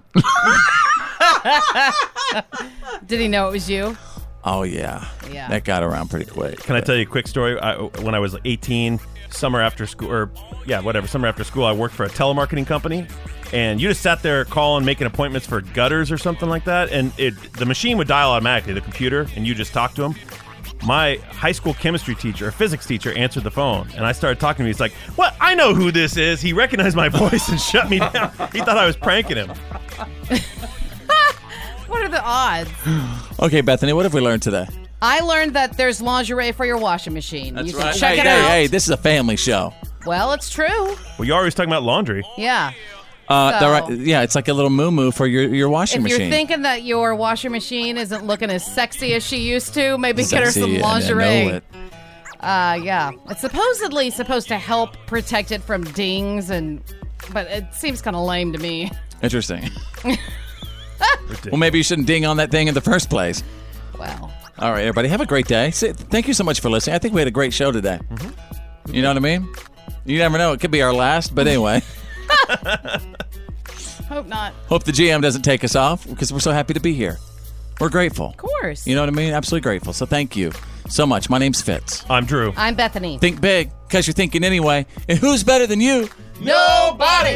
Did he know it was you?
Oh, yeah.
Yeah.
That got around pretty quick.
Can I tell you a quick story? I, when I was 18, summer after school, or yeah, whatever, summer after school, I worked for a telemarketing company, and you just sat there calling, making appointments for gutters or something like that, and it the machine would dial automatically, the computer, and you just talk to them. My high school chemistry teacher, or physics teacher, answered the phone, and I started talking to him. He's like, "What? I know who this is. He recognized my *laughs* voice and shut me down. He thought I was pranking him."
What are the odds?
Okay, Bethany, what have we learned today?
I learned that there's lingerie for your washing machine. you can check
hey,
it
hey,
out.
hey, this is a family show.
Well, it's true.
Well, you're always talking about laundry.
Yeah.
Uh,
So-
all right, yeah, it's like a little moo moo for your, your washing
if
machine.
you're thinking that your washing machine isn't looking as sexy as she used to, maybe get her
Sexy
some
and I know
lingerie.
it.
Uh, yeah, it's supposedly supposed to help protect it from dings and, but it seems kind of lame to me. *laughs*
Interesting. well, maybe you shouldn't ding on that thing in the first place.
Wow.
All right, everybody, have a great day. Say- Thank you so much for listening. I think we had a great show today.
Mm-hmm.
You know what I mean? You never know; it could be our last. But
*laughs*
anyway,
Hope not.
hope the GM doesn't take us off because we're so happy to be here. We're grateful. Of
course.
You know what I mean? Absolutely grateful. So thank you so much. My name's Fitz.
I'm Drew.
I'm Bethany.
Think big, cause you're thinking anyway. And who's better than you?
Nobody.